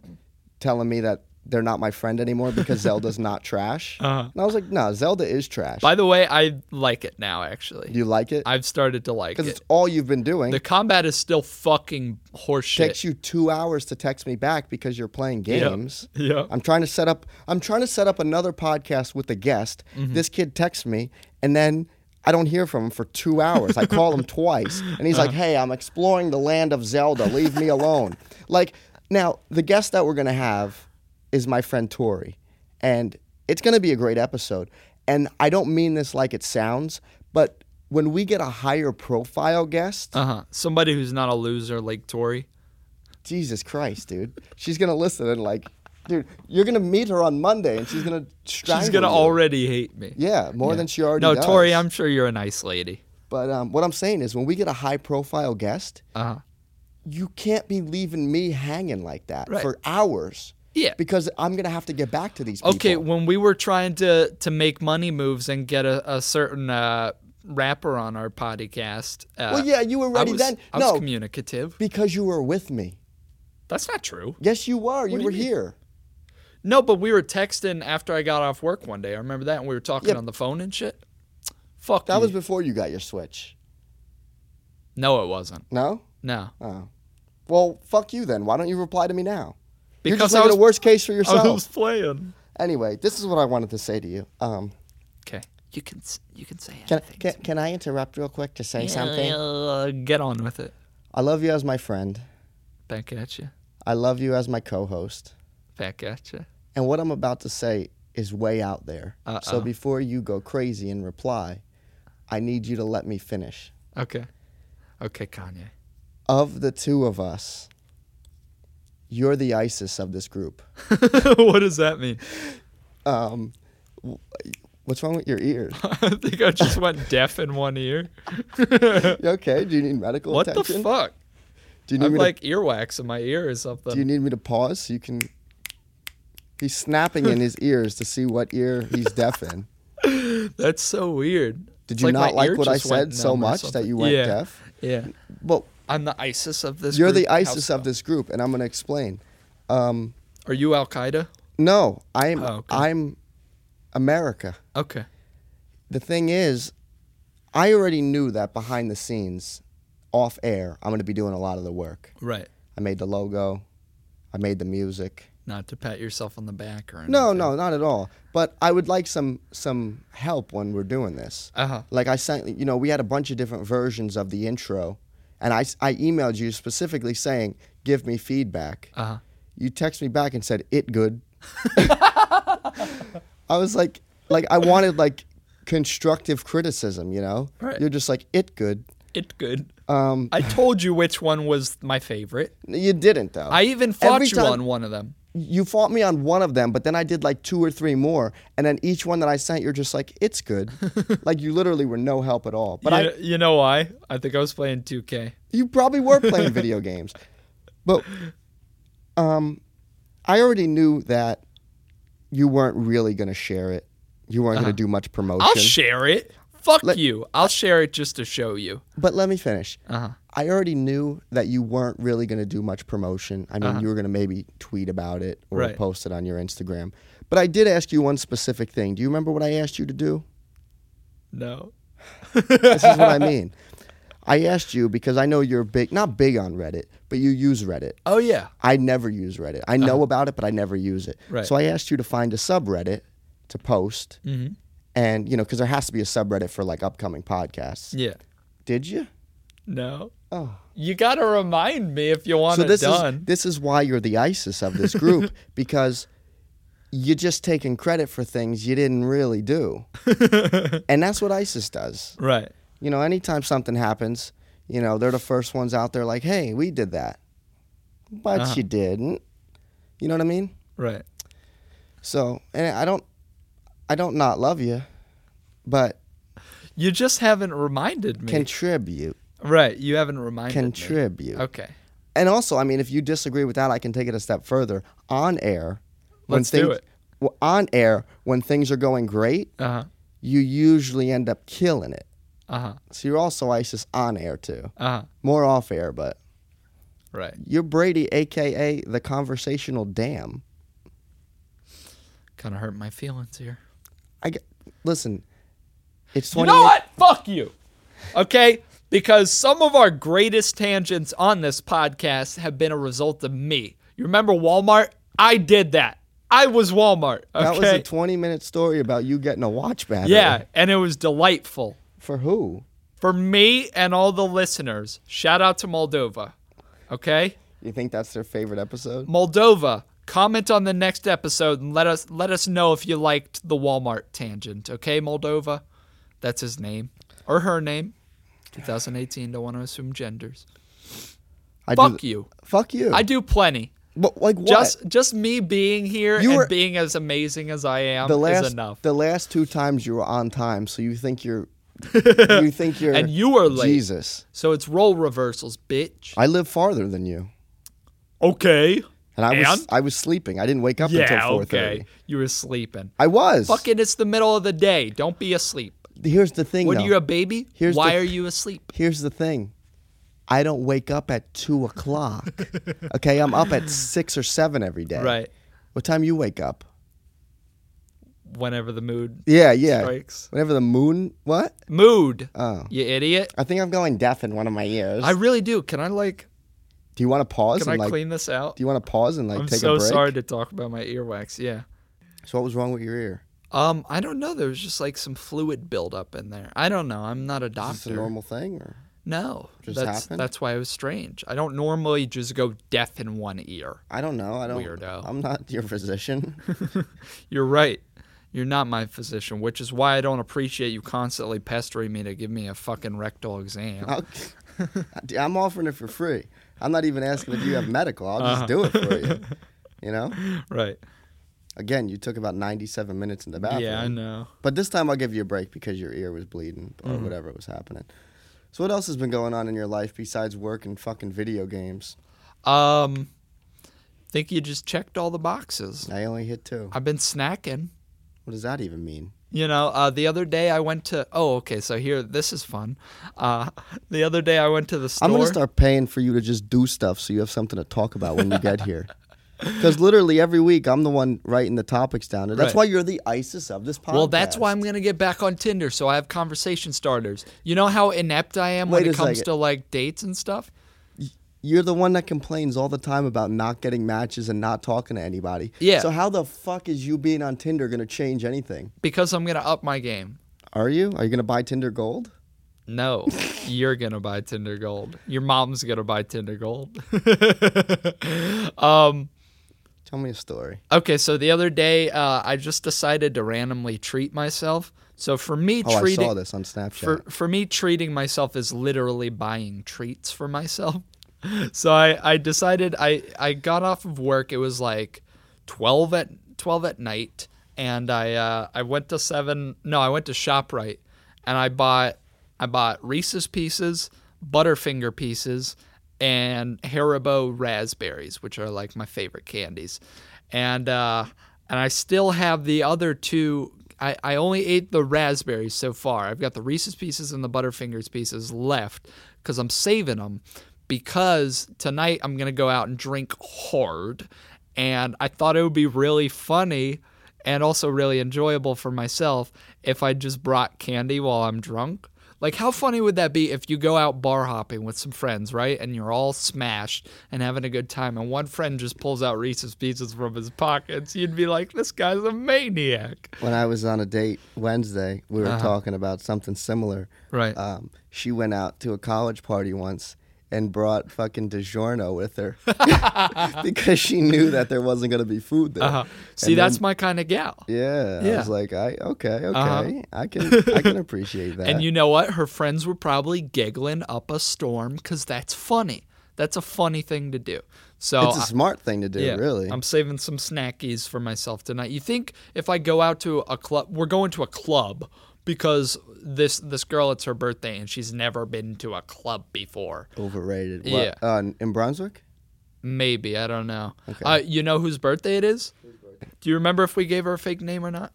[SPEAKER 2] telling me that they're not my friend anymore because Zelda's not trash.
[SPEAKER 3] Uh-huh.
[SPEAKER 2] And I was like, no, Zelda is trash.
[SPEAKER 3] By the way, I like it now. Actually,
[SPEAKER 2] Do you like it?
[SPEAKER 3] I've started to like
[SPEAKER 2] Because it's
[SPEAKER 3] it.
[SPEAKER 2] all you've been doing.
[SPEAKER 3] The combat is still fucking
[SPEAKER 2] it
[SPEAKER 3] horseshit.
[SPEAKER 2] takes you two hours to text me back because you're playing games.
[SPEAKER 3] Yeah.
[SPEAKER 2] I'm trying to set up. I'm trying to set up another podcast with a guest.
[SPEAKER 3] Mm-hmm.
[SPEAKER 2] This kid texts me, and then I don't hear from him for two hours. I call him twice, and he's
[SPEAKER 3] Uh-huh.
[SPEAKER 2] like, "Hey, I'm exploring the land of Zelda. Leave me alone." like now, the guest that we're gonna have is my friend Tori, and it's gonna be a great episode. And I don't mean this like it sounds, but when we get a higher profile guest,
[SPEAKER 3] Uh huh. Somebody who's not a loser like Tori.
[SPEAKER 2] Jesus Christ, dude. She's gonna listen and like, dude, you're gonna meet her on Monday and she's gonna.
[SPEAKER 3] She's
[SPEAKER 2] strangle
[SPEAKER 3] gonna
[SPEAKER 2] you.
[SPEAKER 3] already hate me.
[SPEAKER 2] Yeah, more than she already.
[SPEAKER 3] No,
[SPEAKER 2] does.
[SPEAKER 3] Tori, I'm sure you're a nice lady.
[SPEAKER 2] But um, what I'm saying is, when we get a high-profile guest,
[SPEAKER 3] Uh huh.
[SPEAKER 2] you can't be leaving me hanging like that
[SPEAKER 3] Right.
[SPEAKER 2] for hours.
[SPEAKER 3] Yeah.
[SPEAKER 2] Because I'm gonna have to get back to these.
[SPEAKER 3] Okay,
[SPEAKER 2] people.
[SPEAKER 3] when we were trying to to make money moves and get a, a certain uh, rapper on our podcast, uh,
[SPEAKER 2] Well, yeah, you were
[SPEAKER 3] I
[SPEAKER 2] ready
[SPEAKER 3] was,
[SPEAKER 2] then.
[SPEAKER 3] I was
[SPEAKER 2] no,
[SPEAKER 3] communicative.
[SPEAKER 2] because you were with me.
[SPEAKER 3] That's not true.
[SPEAKER 2] Yes, you were. You
[SPEAKER 3] do
[SPEAKER 2] were
[SPEAKER 3] you mean?
[SPEAKER 2] here.
[SPEAKER 3] No, but we were texting after I got off work one day. I remember that, and we were talking
[SPEAKER 2] Yeah.
[SPEAKER 3] on the phone and shit. Fuck
[SPEAKER 2] That
[SPEAKER 3] you.
[SPEAKER 2] was before you got your Switch.
[SPEAKER 3] no, it wasn't.
[SPEAKER 2] No.
[SPEAKER 3] No,
[SPEAKER 2] Oh. Well, fuck you then. Why don't you reply to me now? You're
[SPEAKER 3] Because
[SPEAKER 2] just
[SPEAKER 3] I
[SPEAKER 2] making
[SPEAKER 3] was-
[SPEAKER 2] a worst case for yourself.
[SPEAKER 3] playing.
[SPEAKER 2] Anyway, this is what I wanted to say to you. Um,
[SPEAKER 3] Okay, you can s- you can say
[SPEAKER 2] can,
[SPEAKER 3] anything.
[SPEAKER 2] can, can I interrupt real quick to say something?
[SPEAKER 3] Uh, get on with it.
[SPEAKER 2] I love you as my friend.
[SPEAKER 3] Back at you.
[SPEAKER 2] I love you as my co-host.
[SPEAKER 3] Back at you.
[SPEAKER 2] And what I'm about to say is way out there.
[SPEAKER 3] Uh-uh.
[SPEAKER 2] So before you go crazy and reply, I need you to let me finish.
[SPEAKER 3] Okay. Okay, Kanye.
[SPEAKER 2] Of the two of us, you're the ISIS of this group.
[SPEAKER 3] what does that mean?
[SPEAKER 2] Um, w- what's wrong with your ears?
[SPEAKER 3] I think I just went deaf in one ear.
[SPEAKER 2] You okay? Do you need medical
[SPEAKER 3] What the
[SPEAKER 2] attention?
[SPEAKER 3] fuck?
[SPEAKER 2] Do you
[SPEAKER 3] I
[SPEAKER 2] need
[SPEAKER 3] have
[SPEAKER 2] me
[SPEAKER 3] like earwax in my ear or something.
[SPEAKER 2] to, Do you need me to pause so you can? He's snapping in his ears to see what ear he's deaf in.
[SPEAKER 3] That's so weird.
[SPEAKER 2] Did
[SPEAKER 3] It's
[SPEAKER 2] you
[SPEAKER 3] my
[SPEAKER 2] not like
[SPEAKER 3] ear
[SPEAKER 2] what I
[SPEAKER 3] just went
[SPEAKER 2] said so
[SPEAKER 3] numb or
[SPEAKER 2] much that
[SPEAKER 3] something.
[SPEAKER 2] you went
[SPEAKER 3] yeah.
[SPEAKER 2] deaf?
[SPEAKER 3] Yeah.
[SPEAKER 2] Well,
[SPEAKER 3] I'm the ISIS of this.
[SPEAKER 2] you're
[SPEAKER 3] group.
[SPEAKER 2] the
[SPEAKER 3] How
[SPEAKER 2] ISIS
[SPEAKER 3] so?
[SPEAKER 2] of this group, and I'm going to explain. Um,
[SPEAKER 3] Are you Al Qaeda?
[SPEAKER 2] no, I'm
[SPEAKER 3] Oh, okay.
[SPEAKER 2] I'm America.
[SPEAKER 3] Okay.
[SPEAKER 2] The thing is, I already knew that behind the scenes, off air, I'm going to be doing a lot of the work.
[SPEAKER 3] Right.
[SPEAKER 2] I made the logo, I made the music.
[SPEAKER 3] Not to pat yourself on the back or anything.
[SPEAKER 2] No, no, not at all. But I would like some some help when we're doing this.
[SPEAKER 3] Uh-huh.
[SPEAKER 2] Like I sent, you know, we had a bunch of different versions of the intro, and I s- I emailed you specifically saying, "Give me feedback."
[SPEAKER 3] Uh huh.
[SPEAKER 2] You text me back and said, "It good." I was like, like I wanted like constructive criticism, you know.
[SPEAKER 3] Right.
[SPEAKER 2] You're just like, "It good."
[SPEAKER 3] It good.
[SPEAKER 2] Um,
[SPEAKER 3] I told you which one was my favorite.
[SPEAKER 2] you didn't though.
[SPEAKER 3] I even fought
[SPEAKER 2] Every
[SPEAKER 3] you
[SPEAKER 2] time-
[SPEAKER 3] on one of them.
[SPEAKER 2] you fought me on one of them, but then I did like two or three more, and then each one that I sent, you're just like, it's good. like you literally were no help at all. But
[SPEAKER 3] you,
[SPEAKER 2] I,
[SPEAKER 3] you know why? I think I was playing 2K.
[SPEAKER 2] you probably were playing video games, but um, I already knew that you weren't really gonna share it. You weren't gonna do much promotion.
[SPEAKER 3] Uh-huh. I'll share it. Fuck you. I'll share it just to show you.
[SPEAKER 2] but let me finish.
[SPEAKER 3] Uh-huh.
[SPEAKER 2] I already knew that you weren't really going to do much promotion. I mean, you were going to maybe tweet about it or
[SPEAKER 3] Uh-huh. Right.
[SPEAKER 2] post it on your Instagram. But I did ask you one specific thing. Do you remember what I asked you to do?
[SPEAKER 3] No.
[SPEAKER 2] This is what I mean. I asked you because I know you're big, not big on Reddit, but you use Reddit.
[SPEAKER 3] Oh yeah.
[SPEAKER 2] I never use Reddit. I know about it, but I never use it.
[SPEAKER 3] Uh-huh. Right.
[SPEAKER 2] So I asked you to find a subreddit to post.
[SPEAKER 3] Mm-hmm.
[SPEAKER 2] And, you know, because there has to be a subreddit for like upcoming podcasts.
[SPEAKER 3] Yeah.
[SPEAKER 2] Did you?
[SPEAKER 3] No.
[SPEAKER 2] Oh.
[SPEAKER 3] You gotta remind me if you want
[SPEAKER 2] so
[SPEAKER 3] it
[SPEAKER 2] this is
[SPEAKER 3] done.
[SPEAKER 2] this is why you're the ISIS of this group because you're just taking credit for things you didn't really do, and that's what ISIS does.
[SPEAKER 3] right.
[SPEAKER 2] You know, anytime something happens, you know they're the first ones out there like, "Hey, we did that," but
[SPEAKER 3] Uh-huh.
[SPEAKER 2] you didn't. You know what I mean?
[SPEAKER 3] Right.
[SPEAKER 2] So, and I don't, I don't not love you, but
[SPEAKER 3] You just haven't reminded me.
[SPEAKER 2] contribute,
[SPEAKER 3] right. You haven't reminded me.
[SPEAKER 2] contribute.
[SPEAKER 3] Okay.
[SPEAKER 2] And also, I mean, if you disagree with that, I can take it a step further. On air,
[SPEAKER 3] Let's do it.
[SPEAKER 2] w- on air, when things are going great,
[SPEAKER 3] Uh huh.
[SPEAKER 2] you usually end up killing it.
[SPEAKER 3] Uh huh.
[SPEAKER 2] So you're also ISIS on air too.
[SPEAKER 3] Uh huh.
[SPEAKER 2] More off air, but
[SPEAKER 3] Right.
[SPEAKER 2] you're Brady, aka the conversational dam.
[SPEAKER 3] Kind of hurt my feelings here.
[SPEAKER 2] I get, listen. It's
[SPEAKER 3] You
[SPEAKER 2] twenty.
[SPEAKER 3] know what? Fuck you. Okay? Because some of our greatest tangents on this podcast have been a result of me. You remember Walmart? I did that. I was Walmart. Okay?
[SPEAKER 2] That was a twenty-minute story about you getting a watch battery.
[SPEAKER 3] yeah, and it was delightful.
[SPEAKER 2] For who?
[SPEAKER 3] For me and all the listeners, shout out to Moldova. Okay?
[SPEAKER 2] You think that's their favorite episode?
[SPEAKER 3] Moldova, comment on the next episode and let us let us know if you liked the Walmart tangent. Okay, Moldova, that's his name or her name. 2018. Don't want to assume genders.
[SPEAKER 2] I do
[SPEAKER 3] Fuck
[SPEAKER 2] th-
[SPEAKER 3] you.
[SPEAKER 2] Fuck you.
[SPEAKER 3] I do plenty.
[SPEAKER 2] But like what?
[SPEAKER 3] Just just me being here
[SPEAKER 2] You
[SPEAKER 3] and
[SPEAKER 2] were-
[SPEAKER 3] being as amazing as I am
[SPEAKER 2] the last
[SPEAKER 3] is enough.
[SPEAKER 2] the last two times you were on time, so you think you're you think you're
[SPEAKER 3] And you were late.
[SPEAKER 2] Jesus.
[SPEAKER 3] so it's role reversals, bitch.
[SPEAKER 2] I live farther than you.
[SPEAKER 3] Uh, okay.
[SPEAKER 2] And I was
[SPEAKER 3] And?
[SPEAKER 2] I was sleeping. I didn't wake up
[SPEAKER 3] Yeah.
[SPEAKER 2] until 4:30.
[SPEAKER 3] Okay. You were sleeping.
[SPEAKER 2] I was.
[SPEAKER 3] Fucking, it's the middle of the day. Don't be asleep.
[SPEAKER 2] Here's the thing
[SPEAKER 3] What
[SPEAKER 2] though.
[SPEAKER 3] are you a baby?
[SPEAKER 2] Here's
[SPEAKER 3] Why
[SPEAKER 2] the-
[SPEAKER 3] are you asleep?
[SPEAKER 2] Here's the thing. I don't wake up at two o'clock. okay, I'm up at six or seven every day.
[SPEAKER 3] Right.
[SPEAKER 2] What time you wake up?
[SPEAKER 3] Whenever the mood
[SPEAKER 2] Yeah, yeah.
[SPEAKER 3] Strikes.
[SPEAKER 2] Whenever the moon. What?
[SPEAKER 3] Mood.
[SPEAKER 2] Oh.
[SPEAKER 3] You idiot.
[SPEAKER 2] I think I'm going deaf in one of my ears.
[SPEAKER 3] I really do. Can I like
[SPEAKER 2] do you want to pause
[SPEAKER 3] can I
[SPEAKER 2] and like?
[SPEAKER 3] clean this out?
[SPEAKER 2] Do you want to pause and like
[SPEAKER 3] I'm
[SPEAKER 2] take
[SPEAKER 3] so
[SPEAKER 2] a break?
[SPEAKER 3] sorry to talk about my earwax. Yeah.
[SPEAKER 2] So what was wrong with your ear?
[SPEAKER 3] Um, I don't know. There was just like some fluid buildup in there. I don't know. I'm not a
[SPEAKER 2] Is this a
[SPEAKER 3] doctor.
[SPEAKER 2] normal thing or?
[SPEAKER 3] no.
[SPEAKER 2] Just
[SPEAKER 3] that's
[SPEAKER 2] happened?
[SPEAKER 3] that's why it was strange. I don't normally just go deaf in one ear.
[SPEAKER 2] I don't know. I don't.
[SPEAKER 3] Weirdo.
[SPEAKER 2] I'm not your physician.
[SPEAKER 3] You're right. You're not my physician, which is why I don't appreciate you constantly pestering me to give me a fucking rectal exam.
[SPEAKER 2] I'll, I'm offering it for free. I'm not even asking if you have medical. I'll just do it
[SPEAKER 3] Uh-huh.
[SPEAKER 2] for you. You know.
[SPEAKER 3] right.
[SPEAKER 2] Again, you took about 97 minutes in the bathroom.
[SPEAKER 3] Yeah, I know.
[SPEAKER 2] But this time I'll give you a break because your ear was bleeding or
[SPEAKER 3] Mm-hmm.
[SPEAKER 2] whatever was happening. So what else has been going on in your life besides work and fucking video games?
[SPEAKER 3] Um think you just checked all the boxes.
[SPEAKER 2] I only hit two.
[SPEAKER 3] I've been snacking.
[SPEAKER 2] What does that even mean?
[SPEAKER 3] You know, uh, the other day I went to. Oh, okay. So here, this is fun. Uh, the other day I went to the store.
[SPEAKER 2] I'm gonna start paying for you to just do stuff so you have something to talk about when you get here. Because literally every week I'm the one writing the topics down. That's
[SPEAKER 3] Right.
[SPEAKER 2] why you're the ISIS of this podcast.
[SPEAKER 3] Well, that's why I'm gonna get back on Tinder, so I have conversation starters. You know how inept I am when
[SPEAKER 2] Wait
[SPEAKER 3] it
[SPEAKER 2] a
[SPEAKER 3] comes
[SPEAKER 2] second.
[SPEAKER 3] to like dates and stuff.
[SPEAKER 2] you're the one that complains all the time about not getting matches and not talking to anybody.
[SPEAKER 3] Yeah.
[SPEAKER 2] So how the fuck is you being on Tinder gonna change anything?
[SPEAKER 3] Because I'm gonna up my game.
[SPEAKER 2] Are you? Are you gonna buy Tinder Gold?
[SPEAKER 3] No, you're gonna buy Tinder Gold. Your mom's gonna buy Tinder Gold.
[SPEAKER 2] Tell me a story.
[SPEAKER 3] Okay, so the other day, uh, I just decided to randomly treat myself. So for me,
[SPEAKER 2] Oh,
[SPEAKER 3] treating
[SPEAKER 2] I saw this on Snapchat.
[SPEAKER 3] for for me, treating myself is literally buying treats for myself. So I, I decided I, I got off of work. It was like twelve at twelve at night, and I uh, I went to seven. No, I went to Shoprite, and I bought I bought Reese's pieces, Butterfinger pieces, and Haribo raspberries, which are like my favorite candies, and uh, and I still have the other two. I, I only ate the raspberries so far. I've got the Reese's pieces and the Butterfingers pieces left because I'm saving them because tonight I'm gonna go out and drink hard, and I thought it would be really funny and also really enjoyable for myself if I just brought candy while I'm drunk. Like, how funny would that be if you go out bar hopping with some friends, right? And you're all smashed and having a good time, and one friend just pulls out Reese's Pieces from his pockets. You'd be like, this guy's a maniac.
[SPEAKER 2] when I was on a date Wednesday, we were
[SPEAKER 3] Uh-huh.
[SPEAKER 2] talking about something similar.
[SPEAKER 3] Right.
[SPEAKER 2] Um, she went out to a college party once and brought fucking DiGiorno with her because she knew that there wasn't going to be food there.
[SPEAKER 3] Uh, see,
[SPEAKER 2] And then-
[SPEAKER 3] that's my kind of gal.
[SPEAKER 2] yeah, I
[SPEAKER 3] Yeah.
[SPEAKER 2] was like, I okay, okay,
[SPEAKER 3] Uh-huh.
[SPEAKER 2] I can, I can appreciate that.
[SPEAKER 3] And you know what? Her friends were probably giggling up a storm because that's funny. That's a funny thing to do. So
[SPEAKER 2] it's a
[SPEAKER 3] I-
[SPEAKER 2] smart thing to do, really.
[SPEAKER 3] I'm saving some snackies for myself tonight. You think if I go out to a club, we're going to a club because this this girl it's her birthday and she's never been to a club before.
[SPEAKER 2] Overrated. What?
[SPEAKER 3] Yeah.
[SPEAKER 2] Uh, in Brunswick?
[SPEAKER 3] Maybe I don't know. Uh, you know whose birthday it is? Do you remember if we gave her a fake name or not?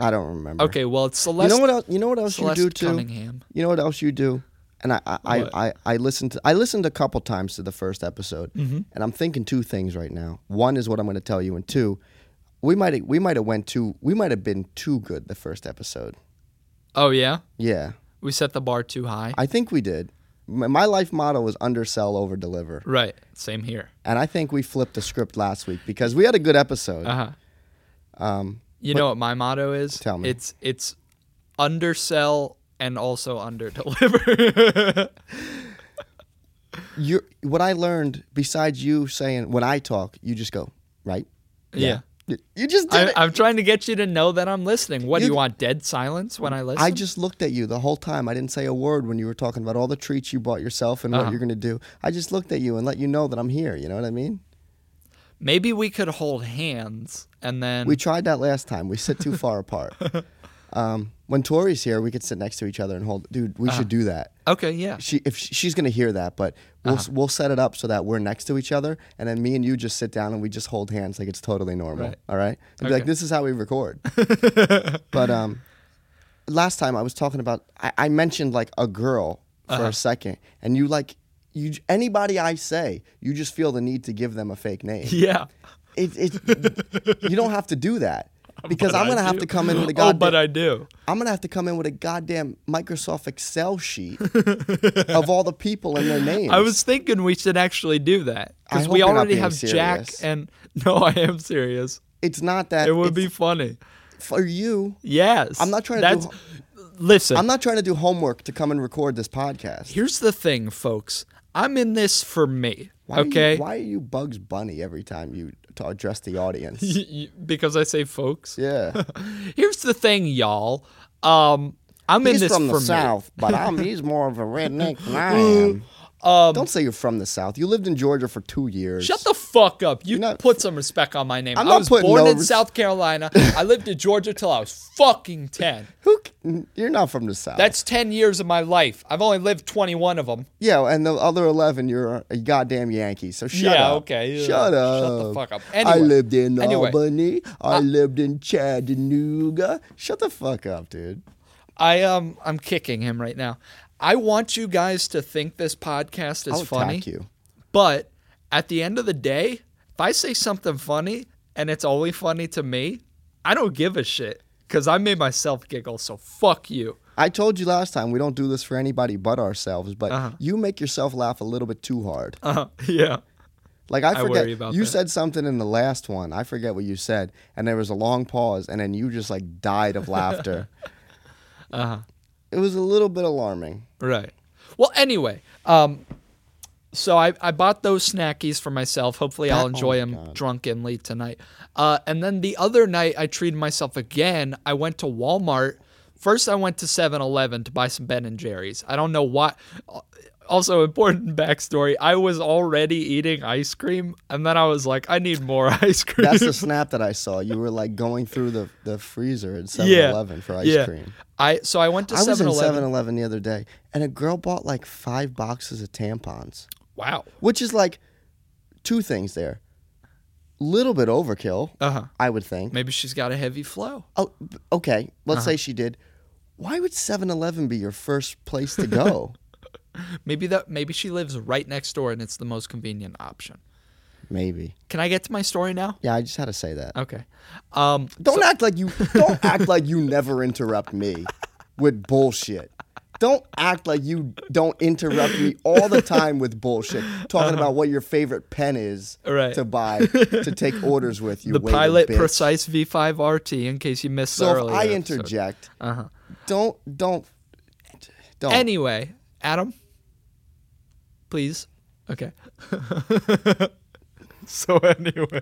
[SPEAKER 2] I don't remember.
[SPEAKER 3] Okay, well it's
[SPEAKER 2] You
[SPEAKER 3] Celeste.
[SPEAKER 2] know what else? You know what else
[SPEAKER 3] Celeste
[SPEAKER 2] you do too.
[SPEAKER 3] Cunningham.
[SPEAKER 2] You know what else you do? And I I, I,
[SPEAKER 3] What?
[SPEAKER 2] I, I listened to I listened a couple
[SPEAKER 3] Mm-hmm.
[SPEAKER 2] times to the first episode, and I'm thinking two things right now. One is what I'm going to tell you, and two, we might we might have went too we might have been too good the first episode.
[SPEAKER 3] Oh yeah,
[SPEAKER 2] Yeah,
[SPEAKER 3] we set the bar too high.
[SPEAKER 2] I think we did. My, my life motto was undersell, over deliver,
[SPEAKER 3] right. Same here.
[SPEAKER 2] and I think we flipped the script last week because we had a good episode. Um,
[SPEAKER 3] Uh huh. you know what my motto is?
[SPEAKER 2] Tell me.
[SPEAKER 3] It's it's undersell and also underdeliver.
[SPEAKER 2] you what I learned besides you saying when I talk, you just go right.
[SPEAKER 3] yeah.
[SPEAKER 2] You- You just did
[SPEAKER 3] I,
[SPEAKER 2] it.
[SPEAKER 3] I'm trying to get you to know that I'm listening. What do
[SPEAKER 2] You-
[SPEAKER 3] you want? Dead silence when I listen?
[SPEAKER 2] I just looked at you the whole time. I didn't say a word when you were talking about all the treats you bought yourself and what you're gonna do. I just looked at you and let you know that I'm here. You know what I mean?
[SPEAKER 3] Maybe we could hold hands and then
[SPEAKER 2] We tried that last time. We sit too far apart. Um, when Tori's here, we could sit next to each other and hold. Dude, we should do that.
[SPEAKER 3] Okay, yeah.
[SPEAKER 2] She, if sh- she's gonna hear that, but
[SPEAKER 3] Uh-huh.
[SPEAKER 2] we'll s we'll set it up so that we're next to each other, and then me and you just sit down and we just hold hands like it's totally normal.
[SPEAKER 3] Right.
[SPEAKER 2] All right, and be like
[SPEAKER 3] Okay.
[SPEAKER 2] this is how we record. but um, last time I was talking about I, I mentioned like a girl for
[SPEAKER 3] Uh-huh.
[SPEAKER 2] a second, and you like you j- anybody I say, you just feel the need to give them a fake name.
[SPEAKER 3] Yeah.
[SPEAKER 2] It, it, you don't have to do that because
[SPEAKER 3] But
[SPEAKER 2] I'm gonna
[SPEAKER 3] I
[SPEAKER 2] have
[SPEAKER 3] do.
[SPEAKER 2] to come in with a
[SPEAKER 3] Oh,
[SPEAKER 2] goddamn.
[SPEAKER 3] but I do.
[SPEAKER 2] I'm gonna have to come in with a goddamn Microsoft Excel sheet of all the people and their names.
[SPEAKER 3] I was thinking we should actually do that
[SPEAKER 2] I
[SPEAKER 3] because
[SPEAKER 2] hope
[SPEAKER 3] we
[SPEAKER 2] you're not
[SPEAKER 3] already
[SPEAKER 2] being
[SPEAKER 3] have Jack
[SPEAKER 2] serious.
[SPEAKER 3] and no, I am serious.
[SPEAKER 2] It's not that.
[SPEAKER 3] It would
[SPEAKER 2] it's
[SPEAKER 3] be funny.
[SPEAKER 2] for you.
[SPEAKER 3] Yes,
[SPEAKER 2] I'm not trying to
[SPEAKER 3] That's, Listen,
[SPEAKER 2] I'm not trying to do homework to come and record this podcast.
[SPEAKER 3] here's the thing, folks. I'm in this for me.
[SPEAKER 2] Why are you-
[SPEAKER 3] okay,
[SPEAKER 2] why are you Bugs Bunny every time you t- address the audience?
[SPEAKER 3] Y- y- because I say folks.
[SPEAKER 2] yeah,
[SPEAKER 3] Here's the thing, y'all. Um, I'm in
[SPEAKER 2] he's
[SPEAKER 3] this
[SPEAKER 2] from the
[SPEAKER 3] for me.
[SPEAKER 2] south, but I'm he's more of a redneck than I am. Don't say you're from the south. You lived in Georgia for two years.
[SPEAKER 3] um, Shut the fuck up. You
[SPEAKER 2] You're not-
[SPEAKER 3] put some respect on my name.
[SPEAKER 2] I'm
[SPEAKER 3] I
[SPEAKER 2] not
[SPEAKER 3] was
[SPEAKER 2] putting
[SPEAKER 3] born in
[SPEAKER 2] no res-
[SPEAKER 3] South Carolina. I lived in Georgia till I was fucking 10.
[SPEAKER 2] Who? c- You're not from the south.
[SPEAKER 3] That's 10 years of my life. I've only lived 21 of them.
[SPEAKER 2] Yeah, and the other eleven, you're a goddamn Yankee. So shut
[SPEAKER 3] Yeah,
[SPEAKER 2] up.
[SPEAKER 3] okay, yeah.
[SPEAKER 2] Shut
[SPEAKER 3] Shut
[SPEAKER 2] up.
[SPEAKER 3] the fuck up.
[SPEAKER 2] I
[SPEAKER 3] Anyway,
[SPEAKER 2] lived in
[SPEAKER 3] anyway. uh,
[SPEAKER 2] Albany. I lived in Chattanooga. Shut the fuck up, dude.
[SPEAKER 3] I um I'm kicking him right now. I want you guys to think this podcast is
[SPEAKER 2] I'll
[SPEAKER 3] funny.
[SPEAKER 2] attack you.
[SPEAKER 3] But at the end of the day, if I say something funny and it's only funny to me, I don't give a shit cuz I made myself giggle, so fuck you.
[SPEAKER 2] I told you last time we don't do this for anybody but ourselves. But
[SPEAKER 3] Uh-huh.
[SPEAKER 2] you make yourself laugh a little bit too hard.
[SPEAKER 3] Uh, yeah.
[SPEAKER 2] Like I
[SPEAKER 3] I
[SPEAKER 2] forget.
[SPEAKER 3] worry about
[SPEAKER 2] you
[SPEAKER 3] that.
[SPEAKER 2] said something in the last one. I forget what you said, and there was a long pause, and then you just like died of laughter. uh huh.
[SPEAKER 3] Uh-huh.
[SPEAKER 2] It was a little bit alarming.
[SPEAKER 3] Right. Well, anyway, um, so I, I bought those snackies for myself. Hopefully, I'll
[SPEAKER 2] oh
[SPEAKER 3] enjoy them drunkenly tonight. Uh, and then the other night, I treated myself again. I went to Walmart. First, I went to 7 Eleven to buy some Ben and Jerry's. I don't know why. Uh, Also, important backstory I was already eating ice cream, and then I was like, I need more ice cream.
[SPEAKER 2] That's the snap that I saw. You were like going through the, the freezer at 7
[SPEAKER 3] yeah.
[SPEAKER 2] Eleven for ice
[SPEAKER 3] yeah.
[SPEAKER 2] cream.
[SPEAKER 3] I, so I went to
[SPEAKER 2] I was
[SPEAKER 3] 7
[SPEAKER 2] in 7
[SPEAKER 3] Eleven.
[SPEAKER 2] Eleven the other day and a girl bought like five boxes of tampons,
[SPEAKER 3] Wow.
[SPEAKER 2] which is like two things there. Little bit overkill,
[SPEAKER 3] Uh-huh.
[SPEAKER 2] I would think.
[SPEAKER 3] Maybe she's got a heavy flow.
[SPEAKER 2] Oh, b- okay, let's
[SPEAKER 3] Uh-huh.
[SPEAKER 2] say she did. Why would 7 Eleven be your first place to go?
[SPEAKER 3] Maybe that maybe she lives right next door and it's the most convenient option.
[SPEAKER 2] Maybe.
[SPEAKER 3] Can I get to my story now?
[SPEAKER 2] Yeah, I just had to say that.
[SPEAKER 3] Okay. Um
[SPEAKER 2] Don't act like you don't act like you never interrupt me with bullshit. Don't act like you don't interrupt me all the time with bullshit. Talking about what your favorite pen is
[SPEAKER 3] Uh-huh. Right.
[SPEAKER 2] to buy to take orders with you.
[SPEAKER 3] the
[SPEAKER 2] waiting
[SPEAKER 3] pilot
[SPEAKER 2] bitch.
[SPEAKER 3] precise V5 RT in case you missed the
[SPEAKER 2] So if
[SPEAKER 3] earlier Uh-huh.
[SPEAKER 2] I
[SPEAKER 3] episode.
[SPEAKER 2] interject, don't don't don't.
[SPEAKER 3] Anyway, Adam, please. Okay. so anyway,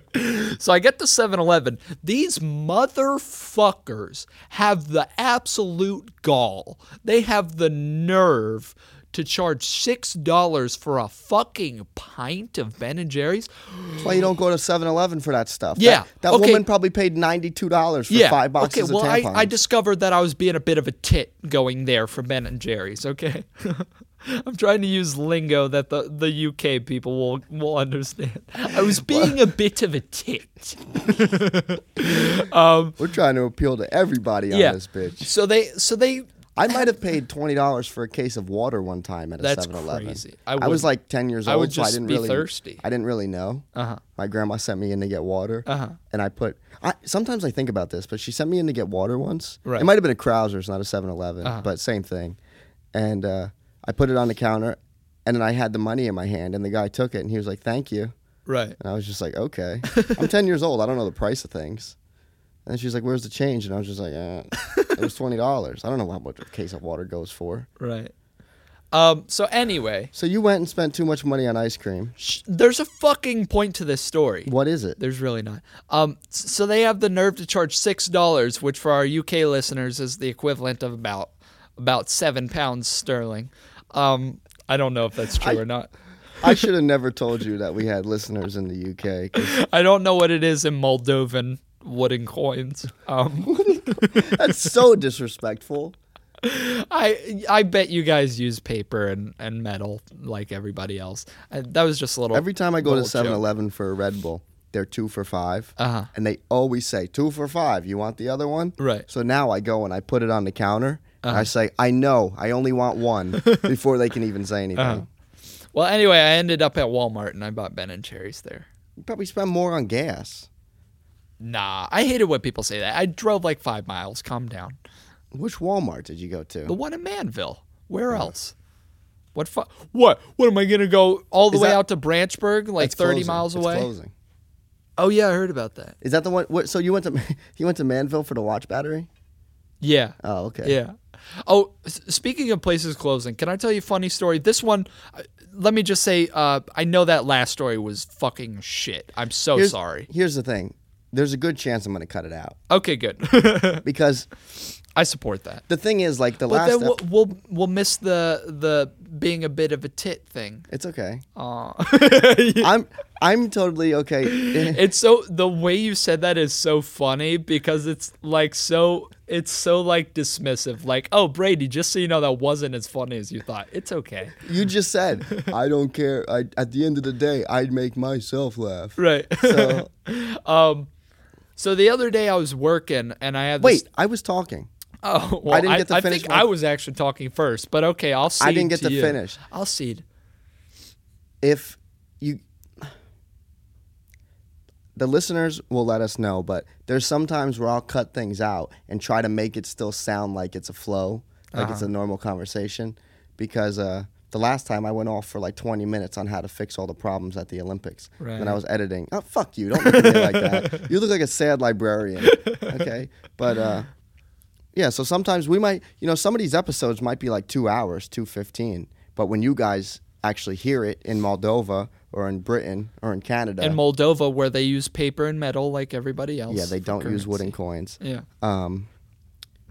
[SPEAKER 3] so I get to 7-Eleven. These motherfuckers have the absolute gall. They have the nerve to charge six dollars for a fucking pint of Ben and Jerry's.
[SPEAKER 2] That's why you don't go to 7-Eleven for that stuff.
[SPEAKER 3] Yeah,
[SPEAKER 2] That, that
[SPEAKER 3] okay.
[SPEAKER 2] woman probably paid ninety two dollars for five boxes
[SPEAKER 3] okay, well,
[SPEAKER 2] of tampons.
[SPEAKER 3] I, I discovered that I was being a bit of a tit going there for Ben and Jerry's. Okay, I'm trying to use lingo that the, the UK people will will understand. I was being a bit of a tit.
[SPEAKER 2] We're trying to appeal to everybody on this bitch.
[SPEAKER 3] So they so they
[SPEAKER 2] I might have paid twenty dollars for a case of water one time at a
[SPEAKER 3] That's
[SPEAKER 2] 7-Eleven.
[SPEAKER 3] crazy. I
[SPEAKER 2] I, was
[SPEAKER 3] would-
[SPEAKER 2] like ten years
[SPEAKER 3] I
[SPEAKER 2] old,
[SPEAKER 3] would
[SPEAKER 2] so I
[SPEAKER 3] just
[SPEAKER 2] didn't
[SPEAKER 3] be
[SPEAKER 2] really
[SPEAKER 3] thirsty.
[SPEAKER 2] I didn't really know. Uh-huh. My grandma sent me in to get water, uh-huh. and I put. I, sometimes I think about this, but she sent me in to get water once.
[SPEAKER 3] Right. Uh-huh.
[SPEAKER 2] It might have been a Krausers, not a 7-Eleven, but same thing. And uh, I put it on the counter, and then I had the money in my hand, and the guy took it, and he was like, "Thank you."
[SPEAKER 3] Right.
[SPEAKER 2] And I was just like, okay. I'm 10 years old. I don't know the price of things. And she's like, where's the change? And I was just like, uh, it was $20. I don't know how much a case of water goes for.
[SPEAKER 3] Right. Um, so anyway,
[SPEAKER 2] So you went and spent too much money on ice cream.
[SPEAKER 3] sh- there's a fucking point to this story.
[SPEAKER 2] What is it?
[SPEAKER 3] There's really not. Um, s- so they have the nerve to charge six dollars, which for our UK listeners is the equivalent of about about seven pounds sterling. Um, I don't know if that's true or not.
[SPEAKER 2] I should have never told you that we had listeners in the UK. 'cause
[SPEAKER 3] I don't know what it is in Moldovan wooden coins. Um,
[SPEAKER 2] That's so disrespectful.
[SPEAKER 3] I I bet you guys use paper and, and metal like everybody else. I, that was just a little.
[SPEAKER 2] Every time I go to
[SPEAKER 3] little joke.
[SPEAKER 2] 7 Eleven for a Red Bull, they're two for 5
[SPEAKER 3] Uh-huh.
[SPEAKER 2] And they always say, two for five. You want the other one?
[SPEAKER 3] Right. Uh-huh.
[SPEAKER 2] So now I go and I put it on the counter. And I say, I know. I only want one before they can even say anything.
[SPEAKER 3] Uh-huh. Well, anyway, I ended up at Walmart and I bought Ben and Jerry's there.
[SPEAKER 2] You probably spend more on gas.
[SPEAKER 3] Nah, I hated when people say that. I drove like five miles. Calm down.
[SPEAKER 2] Which Walmart did you go to?
[SPEAKER 3] The one in Manville. Where
[SPEAKER 2] Uh-huh.
[SPEAKER 3] else? What fu- What? What am I gonna go all the
[SPEAKER 2] Is
[SPEAKER 3] way
[SPEAKER 2] that-
[SPEAKER 3] out to Branchburg, like
[SPEAKER 2] It's
[SPEAKER 3] thirty
[SPEAKER 2] closing.
[SPEAKER 3] miles
[SPEAKER 2] It's
[SPEAKER 3] away?
[SPEAKER 2] closing.
[SPEAKER 3] Oh yeah, I heard about that.
[SPEAKER 2] Is that the one? What, so you went to you went to Manville for the watch battery?
[SPEAKER 3] Yeah.
[SPEAKER 2] Oh, okay.
[SPEAKER 3] Yeah. Oh, s- speaking of places closing, can I tell you a funny story? This one, uh, let me just say, uh, I know that last story was fucking shit. I'm so
[SPEAKER 2] Here's-
[SPEAKER 3] Oh, sorry.
[SPEAKER 2] Here's the thing. There's a good chance I'm going to cut it out
[SPEAKER 3] Okay, good.
[SPEAKER 2] because
[SPEAKER 3] I support that.
[SPEAKER 2] the thing is, like the
[SPEAKER 3] But
[SPEAKER 2] last,
[SPEAKER 3] then we'll,
[SPEAKER 2] ep-
[SPEAKER 3] we'll we'll miss the the being a bit of a tit thing.
[SPEAKER 2] it's okay.
[SPEAKER 3] Aw.
[SPEAKER 2] I'm I'm totally okay.
[SPEAKER 3] it's so the way you said that is so funny because it's like so it's so like dismissive like oh brady just so you know that wasn't as funny as you thought it's okay
[SPEAKER 2] you just said I don't care. I, at the end of the day, I'd make myself laugh.
[SPEAKER 3] right
[SPEAKER 2] So
[SPEAKER 3] so the other day i was working and i had
[SPEAKER 2] wait,
[SPEAKER 3] this,
[SPEAKER 2] I was talking.
[SPEAKER 3] oh well, i
[SPEAKER 2] didn't get to
[SPEAKER 3] I
[SPEAKER 2] finish
[SPEAKER 3] think
[SPEAKER 2] my-
[SPEAKER 3] i was actually talking first but okay i'll see
[SPEAKER 2] didn't get to finish.
[SPEAKER 3] i'll see
[SPEAKER 2] if you the listeners will let us know but there's sometimes where i'll cut things out and try to make it still sound like it's a flow like it's a normal conversation because uh, the last time i went off for like 20 minutes on how to fix all the problems at the olympics
[SPEAKER 3] Right.
[SPEAKER 2] and i was editing oh fuck you don't look at me like that you look like a sad librarian okay but uh, yeah, so sometimes we might, you know, some of these episodes might be like two hours, two fifteen, but when you guys actually hear it in Moldova or in Britain or in Canada,
[SPEAKER 3] in moldova where they use paper and metal like everybody else
[SPEAKER 2] yeah, they
[SPEAKER 3] for
[SPEAKER 2] don't use
[SPEAKER 3] currency.
[SPEAKER 2] wooden coins.
[SPEAKER 3] yeah
[SPEAKER 2] Um,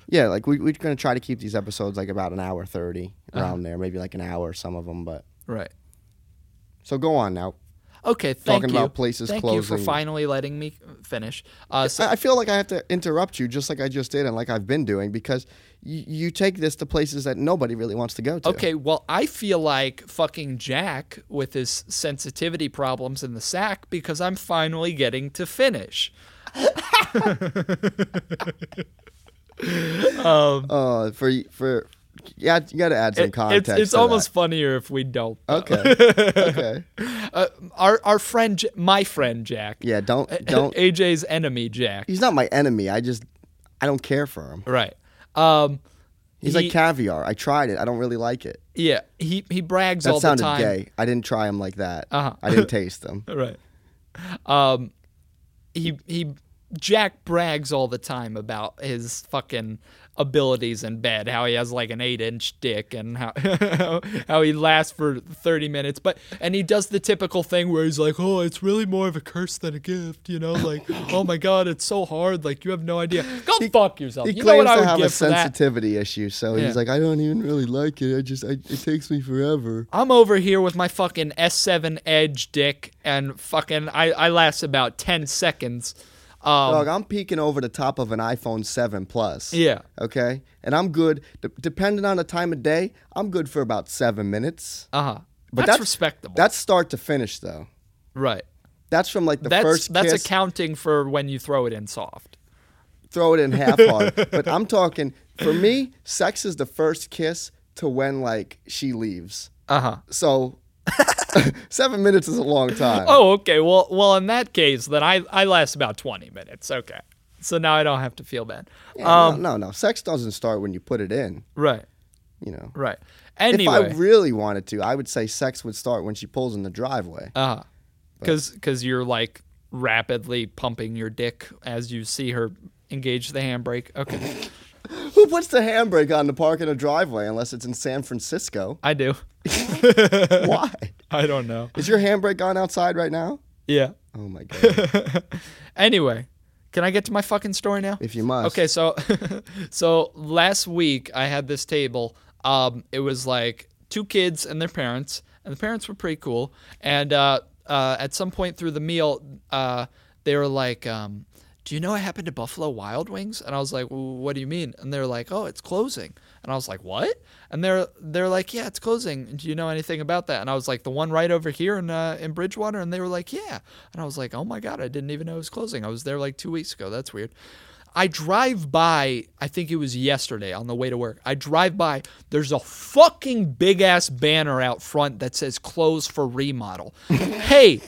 [SPEAKER 2] yeah, like we, we're gonna try to keep these episodes like about an hour thirty
[SPEAKER 3] Uh-huh.
[SPEAKER 2] around there, maybe like an hour some of them. But
[SPEAKER 3] right
[SPEAKER 2] so go on now.
[SPEAKER 3] okay thank
[SPEAKER 2] Talking
[SPEAKER 3] you
[SPEAKER 2] about places
[SPEAKER 3] thank you for
[SPEAKER 2] closing.
[SPEAKER 3] finally letting me finish uh so
[SPEAKER 2] I I feel like I have to interrupt you just like I just did and like I've been doing because you, you take this to places that nobody really wants to go to.
[SPEAKER 3] Okay, well, I feel like fucking Jack with his sensitivity problems in the sack because I'm finally getting to finish.
[SPEAKER 2] Uh, for for yeah, you got to add some
[SPEAKER 3] It-
[SPEAKER 2] context.
[SPEAKER 3] it's it's
[SPEAKER 2] to that.
[SPEAKER 3] almost funnier if we don't.
[SPEAKER 2] Okay. okay.
[SPEAKER 3] Uh, our our friend, J- my friend Jack.
[SPEAKER 2] Yeah, don't
[SPEAKER 3] Eh,
[SPEAKER 2] don't
[SPEAKER 3] AJ's enemy Jack.
[SPEAKER 2] He's not my enemy. I just I don't care for him.
[SPEAKER 3] Right. Um.
[SPEAKER 2] He's
[SPEAKER 3] he-
[SPEAKER 2] like caviar. I tried it. I don't really like it.
[SPEAKER 3] Yeah. He he brags
[SPEAKER 2] That
[SPEAKER 3] all the
[SPEAKER 2] sounded
[SPEAKER 3] time.
[SPEAKER 2] gay. I didn't try him like that.
[SPEAKER 3] Uh-huh.
[SPEAKER 2] I didn't taste him.
[SPEAKER 3] Right. Um, he he Jack brags all the time about his fucking abilities in bed, how he has like an eight inch dick and how how he lasts for thirty minutes. But and he does the typical thing where he's like, Oh, it's really more of a curse than a gift, you know, like, oh my god, it's so hard, like you have no idea. Go fuck yourself.
[SPEAKER 2] He
[SPEAKER 3] you know
[SPEAKER 2] claims
[SPEAKER 3] what I
[SPEAKER 2] to
[SPEAKER 3] would
[SPEAKER 2] have a
[SPEAKER 3] give for that?
[SPEAKER 2] sensitivity issue, so
[SPEAKER 3] Yeah.
[SPEAKER 2] he's like, I don't even really like it. I just I, it takes me forever.
[SPEAKER 3] I'm over here with my fucking S7 Edge dick, and fucking I, I last about ten seconds. Um,
[SPEAKER 2] Dog, I'm peeking over the top of an iPhone 7 Plus.
[SPEAKER 3] Yeah.
[SPEAKER 2] Okay, and I'm good. De- depending on the time of day, I'm good for about seven minutes.
[SPEAKER 3] Uh huh.
[SPEAKER 2] But
[SPEAKER 3] that's, respectable.
[SPEAKER 2] That's start to finish, though.
[SPEAKER 3] right.
[SPEAKER 2] That's from like the
[SPEAKER 3] That's
[SPEAKER 2] first
[SPEAKER 3] that's
[SPEAKER 2] kiss.
[SPEAKER 3] accounting for when you throw it in soft.
[SPEAKER 2] throw it in half hard. but I'm talking For me, sex is the first kiss to when like she leaves.
[SPEAKER 3] Uh huh.
[SPEAKER 2] So seven minutes is a long time.
[SPEAKER 3] Oh, okay. Well, well, in that case, then I I last about twenty minutes. Okay, so now I don't have to feel bad.
[SPEAKER 2] Yeah,
[SPEAKER 3] um,
[SPEAKER 2] no, no, no. Sex doesn't start when you put it in.
[SPEAKER 3] Right,
[SPEAKER 2] You know.
[SPEAKER 3] right.
[SPEAKER 2] If
[SPEAKER 3] Anyway,
[SPEAKER 2] I really wanted to, I would say sex would start when she pulls in the driveway.
[SPEAKER 3] uh, because because you're like rapidly pumping your dick as you see her engage the handbrake. Okay,
[SPEAKER 2] Who puts the handbrake on to park in a driveway unless it's in San Francisco?
[SPEAKER 3] I do.
[SPEAKER 2] Why?
[SPEAKER 3] I don't know.
[SPEAKER 2] Is your handbrake on outside right now?
[SPEAKER 3] Yeah.
[SPEAKER 2] Oh my god.
[SPEAKER 3] Anyway, can I get to my fucking story now?
[SPEAKER 2] If you must.
[SPEAKER 3] Okay, so so last week I had this table. Um, it was like two kids and their parents, and the parents were pretty cool. And uh, uh, at some point through the meal, uh, they were like, um, "Do you know what happened to Buffalo Wild Wings?" And I was like, well, "What do you mean?" And they're like, "Oh, it's closing." And I was like, "What?" And they're they're like, "Yeah, it's closing. Do you know anything about that?" And I was like, "The one right over here in uh, in Bridgewater." And they were like, "Yeah." And I was like, "Oh my god, I didn't even know it was closing. I was there like two weeks ago. That's weird." I drive by, I think it was yesterday on the way to work. I drive by, there's a fucking big ass banner out front that says closed for remodel. hey,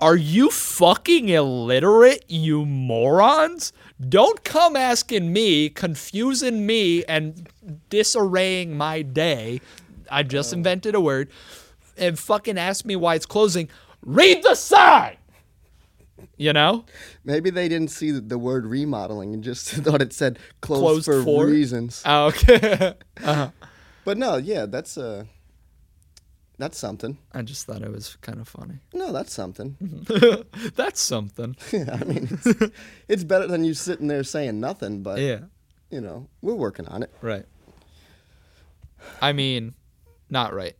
[SPEAKER 3] are you fucking illiterate, you morons? Don't come asking me, confusing me, and disarraying my day. I just invented a word. And fucking ask me why it's closing. Read the sign! You know?
[SPEAKER 2] Maybe they didn't see the- the word remodeling and just thought it said closed,
[SPEAKER 3] Closed
[SPEAKER 2] for,
[SPEAKER 3] for?
[SPEAKER 2] reasons.
[SPEAKER 3] Oh, okay.
[SPEAKER 2] But no, yeah, that's uh that's something.
[SPEAKER 3] I just thought it was kind of funny.
[SPEAKER 2] No, that's something.
[SPEAKER 3] Mm-hmm. That's something.
[SPEAKER 2] Yeah, I mean, it's, it's better than you sitting there saying nothing. But
[SPEAKER 3] Yeah.
[SPEAKER 2] you know, we're working on it.
[SPEAKER 3] Right. I mean, not right.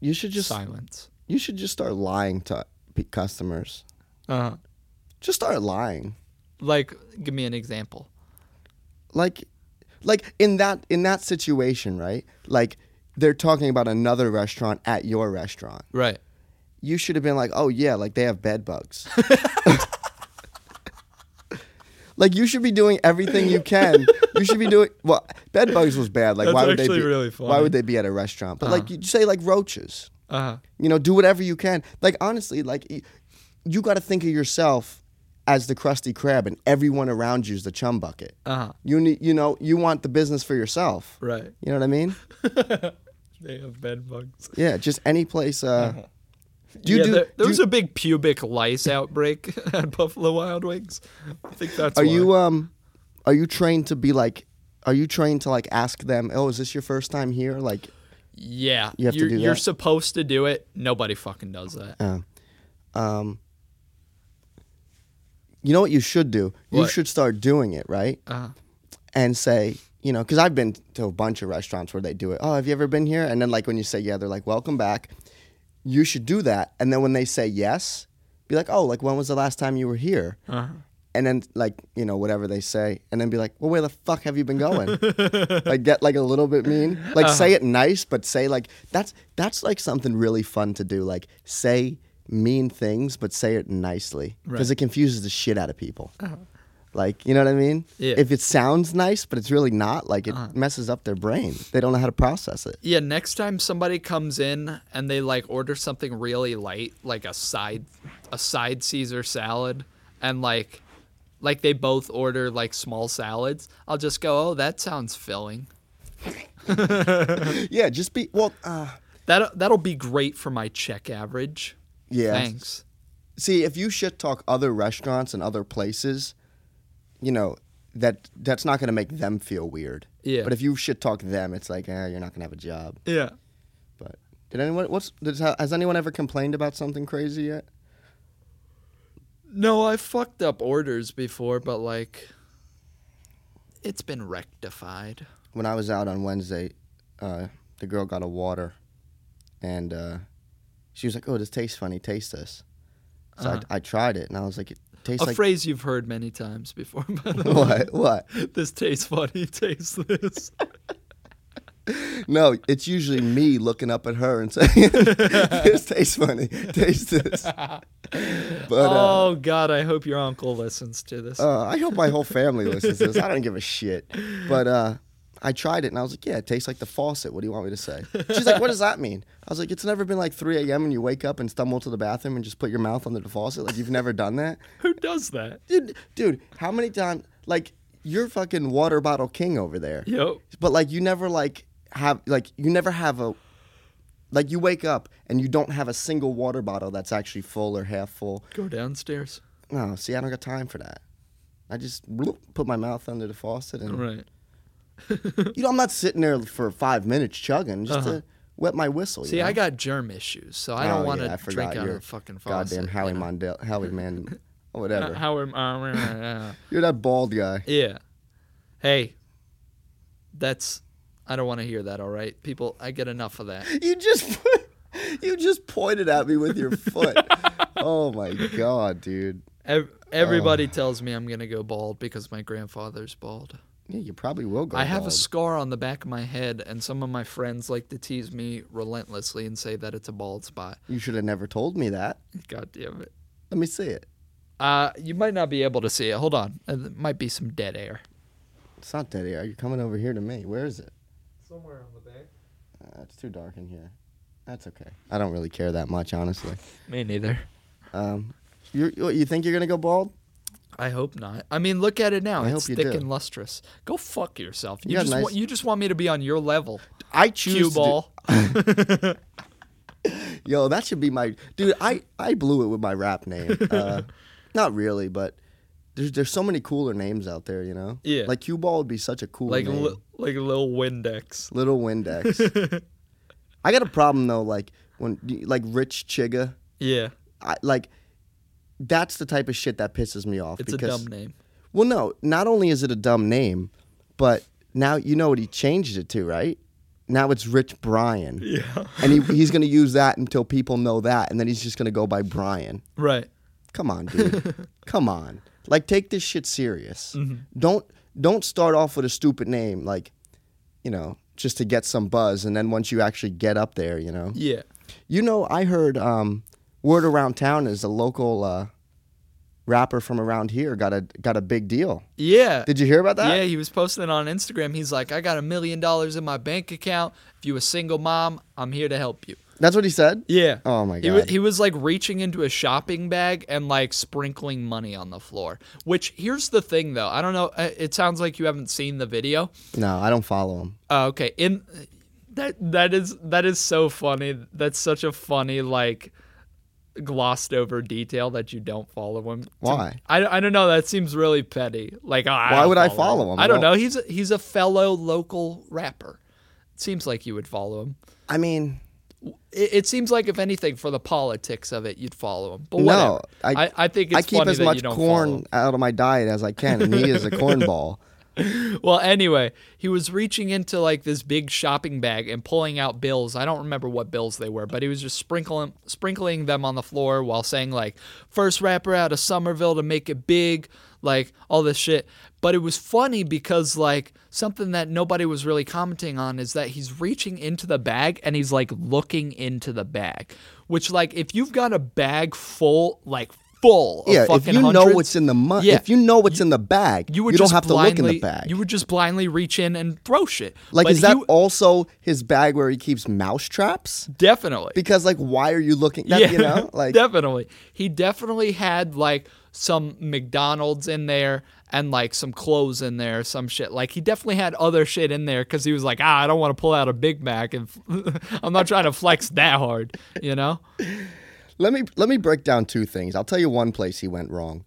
[SPEAKER 2] You should just
[SPEAKER 3] Silence.
[SPEAKER 2] you should just start lying to p- customers.
[SPEAKER 3] Uh-huh.
[SPEAKER 2] Just start lying.
[SPEAKER 3] Like, give me an example.
[SPEAKER 2] like like in that in that situation right like they're talking about another restaurant at your restaurant
[SPEAKER 3] Right.
[SPEAKER 2] you should have been like oh yeah like they have bed bugs like you should be doing everything you can you should be doing well bed bugs was bad like
[SPEAKER 3] That's
[SPEAKER 2] why would they
[SPEAKER 3] actually
[SPEAKER 2] be
[SPEAKER 3] really
[SPEAKER 2] why
[SPEAKER 3] funny.
[SPEAKER 2] would they be at a restaurant but like you say like roaches
[SPEAKER 3] Uh-huh.
[SPEAKER 2] you know do whatever you can like honestly like y- you got to think of yourself as the crusty crab and everyone around you is the chum bucket
[SPEAKER 3] Uh-huh.
[SPEAKER 2] you need, you know, you want the business for yourself.
[SPEAKER 3] Right.
[SPEAKER 2] You know what I mean?
[SPEAKER 3] They have bed bugs.
[SPEAKER 2] Yeah, just any place. Uh, do you
[SPEAKER 3] Uh-huh. yeah,
[SPEAKER 2] do?
[SPEAKER 3] there, there
[SPEAKER 2] do
[SPEAKER 3] was a big pubic lice outbreak at Buffalo Wild Wings. I think that's
[SPEAKER 2] are
[SPEAKER 3] why.
[SPEAKER 2] you um, are you trained to be like? Are you trained to like ask them? Oh, is this your first time here? Like,
[SPEAKER 3] Yeah.
[SPEAKER 2] You have to
[SPEAKER 3] are
[SPEAKER 2] do
[SPEAKER 3] You're
[SPEAKER 2] that?
[SPEAKER 3] supposed to do it. Nobody fucking does that.
[SPEAKER 2] um, you know what you should do? You
[SPEAKER 3] What?
[SPEAKER 2] should start doing it right,
[SPEAKER 3] Uh-huh.
[SPEAKER 2] and say, you know, because I've been to a bunch of restaurants where they do it. Oh, have you ever been here? And then like when you say yeah, they're like, welcome back. You should do that, and then when they say yes, be like, oh, like when was the last time you were here?
[SPEAKER 3] Uh-huh.
[SPEAKER 2] and then like you know whatever they say and then be like well where the fuck have you been going like get like a little bit mean like say
[SPEAKER 3] Uh-huh.
[SPEAKER 2] it nice but say like that's that's like something really fun to do like say mean things but say it nicely because
[SPEAKER 3] Right. Uh-huh.
[SPEAKER 2] it confuses the shit out of people like you know what i mean
[SPEAKER 3] Yeah. Uh-huh.
[SPEAKER 2] if it sounds nice but it's really not like it messes up their brain they don't know how to process it
[SPEAKER 3] Yeah, next time somebody comes in and they like order something really light, like a side a side Caesar salad and like like they both order like small salads, I'll just go, "Oh, that sounds filling."
[SPEAKER 2] yeah just be well uh,
[SPEAKER 3] That that'll be great for my check average.
[SPEAKER 2] yeah
[SPEAKER 3] Thanks.
[SPEAKER 2] see if you shit talk other restaurants and other places you know that that's not going to make them feel weird
[SPEAKER 3] Yeah.
[SPEAKER 2] but if you shit talk them it's like eh, you're not going to have a job
[SPEAKER 3] Yeah.
[SPEAKER 2] but did anyone what's does, has anyone ever complained about something crazy yet
[SPEAKER 3] No, I fucked up orders before, but like it's been rectified.
[SPEAKER 2] when i was out on wednesday uh, the girl got a water and uh, she was like oh this tastes funny taste this so
[SPEAKER 3] Uh-huh.
[SPEAKER 2] I, I tried it and i was like it tastes
[SPEAKER 3] a
[SPEAKER 2] like
[SPEAKER 3] phrase you've heard many times before. By the way.
[SPEAKER 2] what what
[SPEAKER 3] This tastes funny. Taste this.
[SPEAKER 2] No, it's usually me looking up at her and saying, "This tastes funny. Taste this." But uh,
[SPEAKER 3] oh God, I hope your uncle listens to this.
[SPEAKER 2] uh, I hope my whole family listens to this. I don't give a shit. But uh, I tried it and I was like, yeah, it tastes like the faucet. What do you want me to say? She's like, what does that mean? I was like, it's never been like 3 a.m. and you wake up and stumble to the bathroom and just put your mouth under the faucet. Like, you've never done that?
[SPEAKER 3] Who does that?
[SPEAKER 2] Dude, dude how many times, like, you're fucking water bottle king over there.
[SPEAKER 3] Yep.
[SPEAKER 2] But, like, you never, like, have, like, you never have a, like, you wake up and you don't have a single water bottle that's actually full or half full.
[SPEAKER 3] Go downstairs.
[SPEAKER 2] No, see, I don't got time for that. I just bloop, put my mouth under the faucet and
[SPEAKER 3] Right.
[SPEAKER 2] you know I'm not sitting there for five minutes chugging just to wet my whistle. you
[SPEAKER 3] Uh-huh. See,
[SPEAKER 2] know?
[SPEAKER 3] I got germ issues, so I don't
[SPEAKER 2] Oh,
[SPEAKER 3] want to
[SPEAKER 2] yeah, I forgot
[SPEAKER 3] drink out of
[SPEAKER 2] you're
[SPEAKER 3] a fucking faucet. Uh-huh.
[SPEAKER 2] goddamn Howie Mandel, Howie Man, or whatever.
[SPEAKER 3] How am I?
[SPEAKER 2] You're that bald guy.
[SPEAKER 3] Yeah. Hey, that's. I don't want to hear that. All right, people. I get enough of that.
[SPEAKER 2] You just you just pointed at me with your foot. oh my god, dude.
[SPEAKER 3] Ev-
[SPEAKER 2] Oh.
[SPEAKER 3] Everybody tells me I'm gonna go bald because my grandfather's bald.
[SPEAKER 2] Yeah, you probably will go.
[SPEAKER 3] I have a
[SPEAKER 2] bald.
[SPEAKER 3] scar on the back of my head, and some of my friends like to tease me relentlessly and say that it's a bald spot.
[SPEAKER 2] you should have never told me that.
[SPEAKER 3] God damn it.
[SPEAKER 2] Let me see it.
[SPEAKER 3] Uh, you might not be able to see it. Hold on. Uh, There might be some dead air.
[SPEAKER 2] It's not dead air. You're coming over here to me. Where is it?
[SPEAKER 3] Somewhere on the back.
[SPEAKER 2] Uh, it's too dark in here. That's okay. I don't really care that much, honestly.
[SPEAKER 3] Me neither.
[SPEAKER 2] Um, you you think you're gonna go bald?
[SPEAKER 3] I hope not. I mean, look at it now.
[SPEAKER 2] I
[SPEAKER 3] it's
[SPEAKER 2] hope you
[SPEAKER 3] thick
[SPEAKER 2] do.
[SPEAKER 3] and lustrous. Go fuck yourself. You,
[SPEAKER 2] got
[SPEAKER 3] just
[SPEAKER 2] nice-
[SPEAKER 3] want, you just want me to be on your level.
[SPEAKER 2] I
[SPEAKER 3] Cue
[SPEAKER 2] choose. to do-
[SPEAKER 3] ball.
[SPEAKER 2] Yo, that should be my dude. I I blew it with my rap name. Uh, not really, but there's there's so many cooler names out there, you know.
[SPEAKER 3] Yeah.
[SPEAKER 2] Like Q Ball would be such a cool
[SPEAKER 3] like
[SPEAKER 2] name.
[SPEAKER 3] li- like a little Windex.
[SPEAKER 2] Little Windex. I got a problem though, like when like Rich Chigga,
[SPEAKER 3] Yeah.
[SPEAKER 2] I, like that's the type of shit that pisses me off.
[SPEAKER 3] It's
[SPEAKER 2] because,
[SPEAKER 3] a dumb name.
[SPEAKER 2] Well, no, not only is it a dumb name, but now you know what he changed it to, right? Now it's Rich Brian.
[SPEAKER 3] Yeah.
[SPEAKER 2] and he, he's going to use that until people know that, and then he's just going to go by Brian.
[SPEAKER 3] Right.
[SPEAKER 2] Come on, dude. Come on. Like, take this shit serious. Don't don't start off with a stupid name, like, you know, just to get some buzz, and then once you actually get up there, you know.
[SPEAKER 3] Yeah.
[SPEAKER 2] You know, I heard um, word around town is a local uh, rapper from around here got a got a big deal.
[SPEAKER 3] Yeah.
[SPEAKER 2] Did you hear about that?
[SPEAKER 3] Yeah, he was posting it on Instagram. He's like, I got a million dollars in my bank account. If you a single mom, I'm here to help you.
[SPEAKER 2] That's what he said.
[SPEAKER 3] Yeah.
[SPEAKER 2] Oh, my
[SPEAKER 3] He was,
[SPEAKER 2] God.
[SPEAKER 3] he was like reaching into a shopping bag and like sprinkling money on the floor. Which here's the thing though. I don't know. uh, It sounds like you haven't seen the video.
[SPEAKER 2] No, I don't follow him.
[SPEAKER 3] Uh, okay. In that that is that is so funny. That's such a funny like glossed over detail that you don't follow him. To-
[SPEAKER 2] Why?
[SPEAKER 3] I, I don't know. That seems really petty. Like I
[SPEAKER 2] Why
[SPEAKER 3] don't
[SPEAKER 2] would I follow him?
[SPEAKER 3] I don't
[SPEAKER 2] Well-
[SPEAKER 3] know. He's a, he's a fellow local rapper. It seems like you would follow him.
[SPEAKER 2] I mean,
[SPEAKER 3] It, it seems like if anything for the politics of it, you'd follow him. But
[SPEAKER 2] No,
[SPEAKER 3] whatever.
[SPEAKER 2] I-
[SPEAKER 3] I, I think it's
[SPEAKER 2] I keep
[SPEAKER 3] funny
[SPEAKER 2] as
[SPEAKER 3] that
[SPEAKER 2] much
[SPEAKER 3] you don't follow
[SPEAKER 2] corn
[SPEAKER 3] him.
[SPEAKER 2] out of my diet as I can, and he is a cornball.
[SPEAKER 3] Well, anyway, he was reaching into like this big shopping bag and pulling out bills. I don't remember what bills they were, but he was just sprinkling sprinkling them on the floor while saying like first rapper out of Somerville to make it big, like all this shit. But it was funny because like something that nobody was really commenting on is that he's reaching into the bag and he's like looking into the bag, which like if you've got a bag full like full of
[SPEAKER 2] Yeah, if
[SPEAKER 3] fucking
[SPEAKER 2] you know
[SPEAKER 3] hundreds-
[SPEAKER 2] what's in the mu-
[SPEAKER 3] Yeah.
[SPEAKER 2] if you know what's in the bag,
[SPEAKER 3] you
[SPEAKER 2] you,
[SPEAKER 3] would
[SPEAKER 2] don't
[SPEAKER 3] just
[SPEAKER 2] have to
[SPEAKER 3] blindly,
[SPEAKER 2] look in the bag.
[SPEAKER 3] You would just blindly reach in and throw shit.
[SPEAKER 2] like,
[SPEAKER 3] But
[SPEAKER 2] is that
[SPEAKER 3] he-
[SPEAKER 2] also his bag where he keeps mouse traps?
[SPEAKER 3] definitely?
[SPEAKER 2] Because, like, why are you looking? That, you know, like,
[SPEAKER 3] definitely. He definitely had like some McDonald's in there and like some clothes in there, some shit. Like he definitely had other shit in there because he was like, ah, I don't want to pull out a Big Mac and f- I'm not trying to flex that hard, you know?
[SPEAKER 2] let me let me break down two things. I'll tell you one place he went wrong.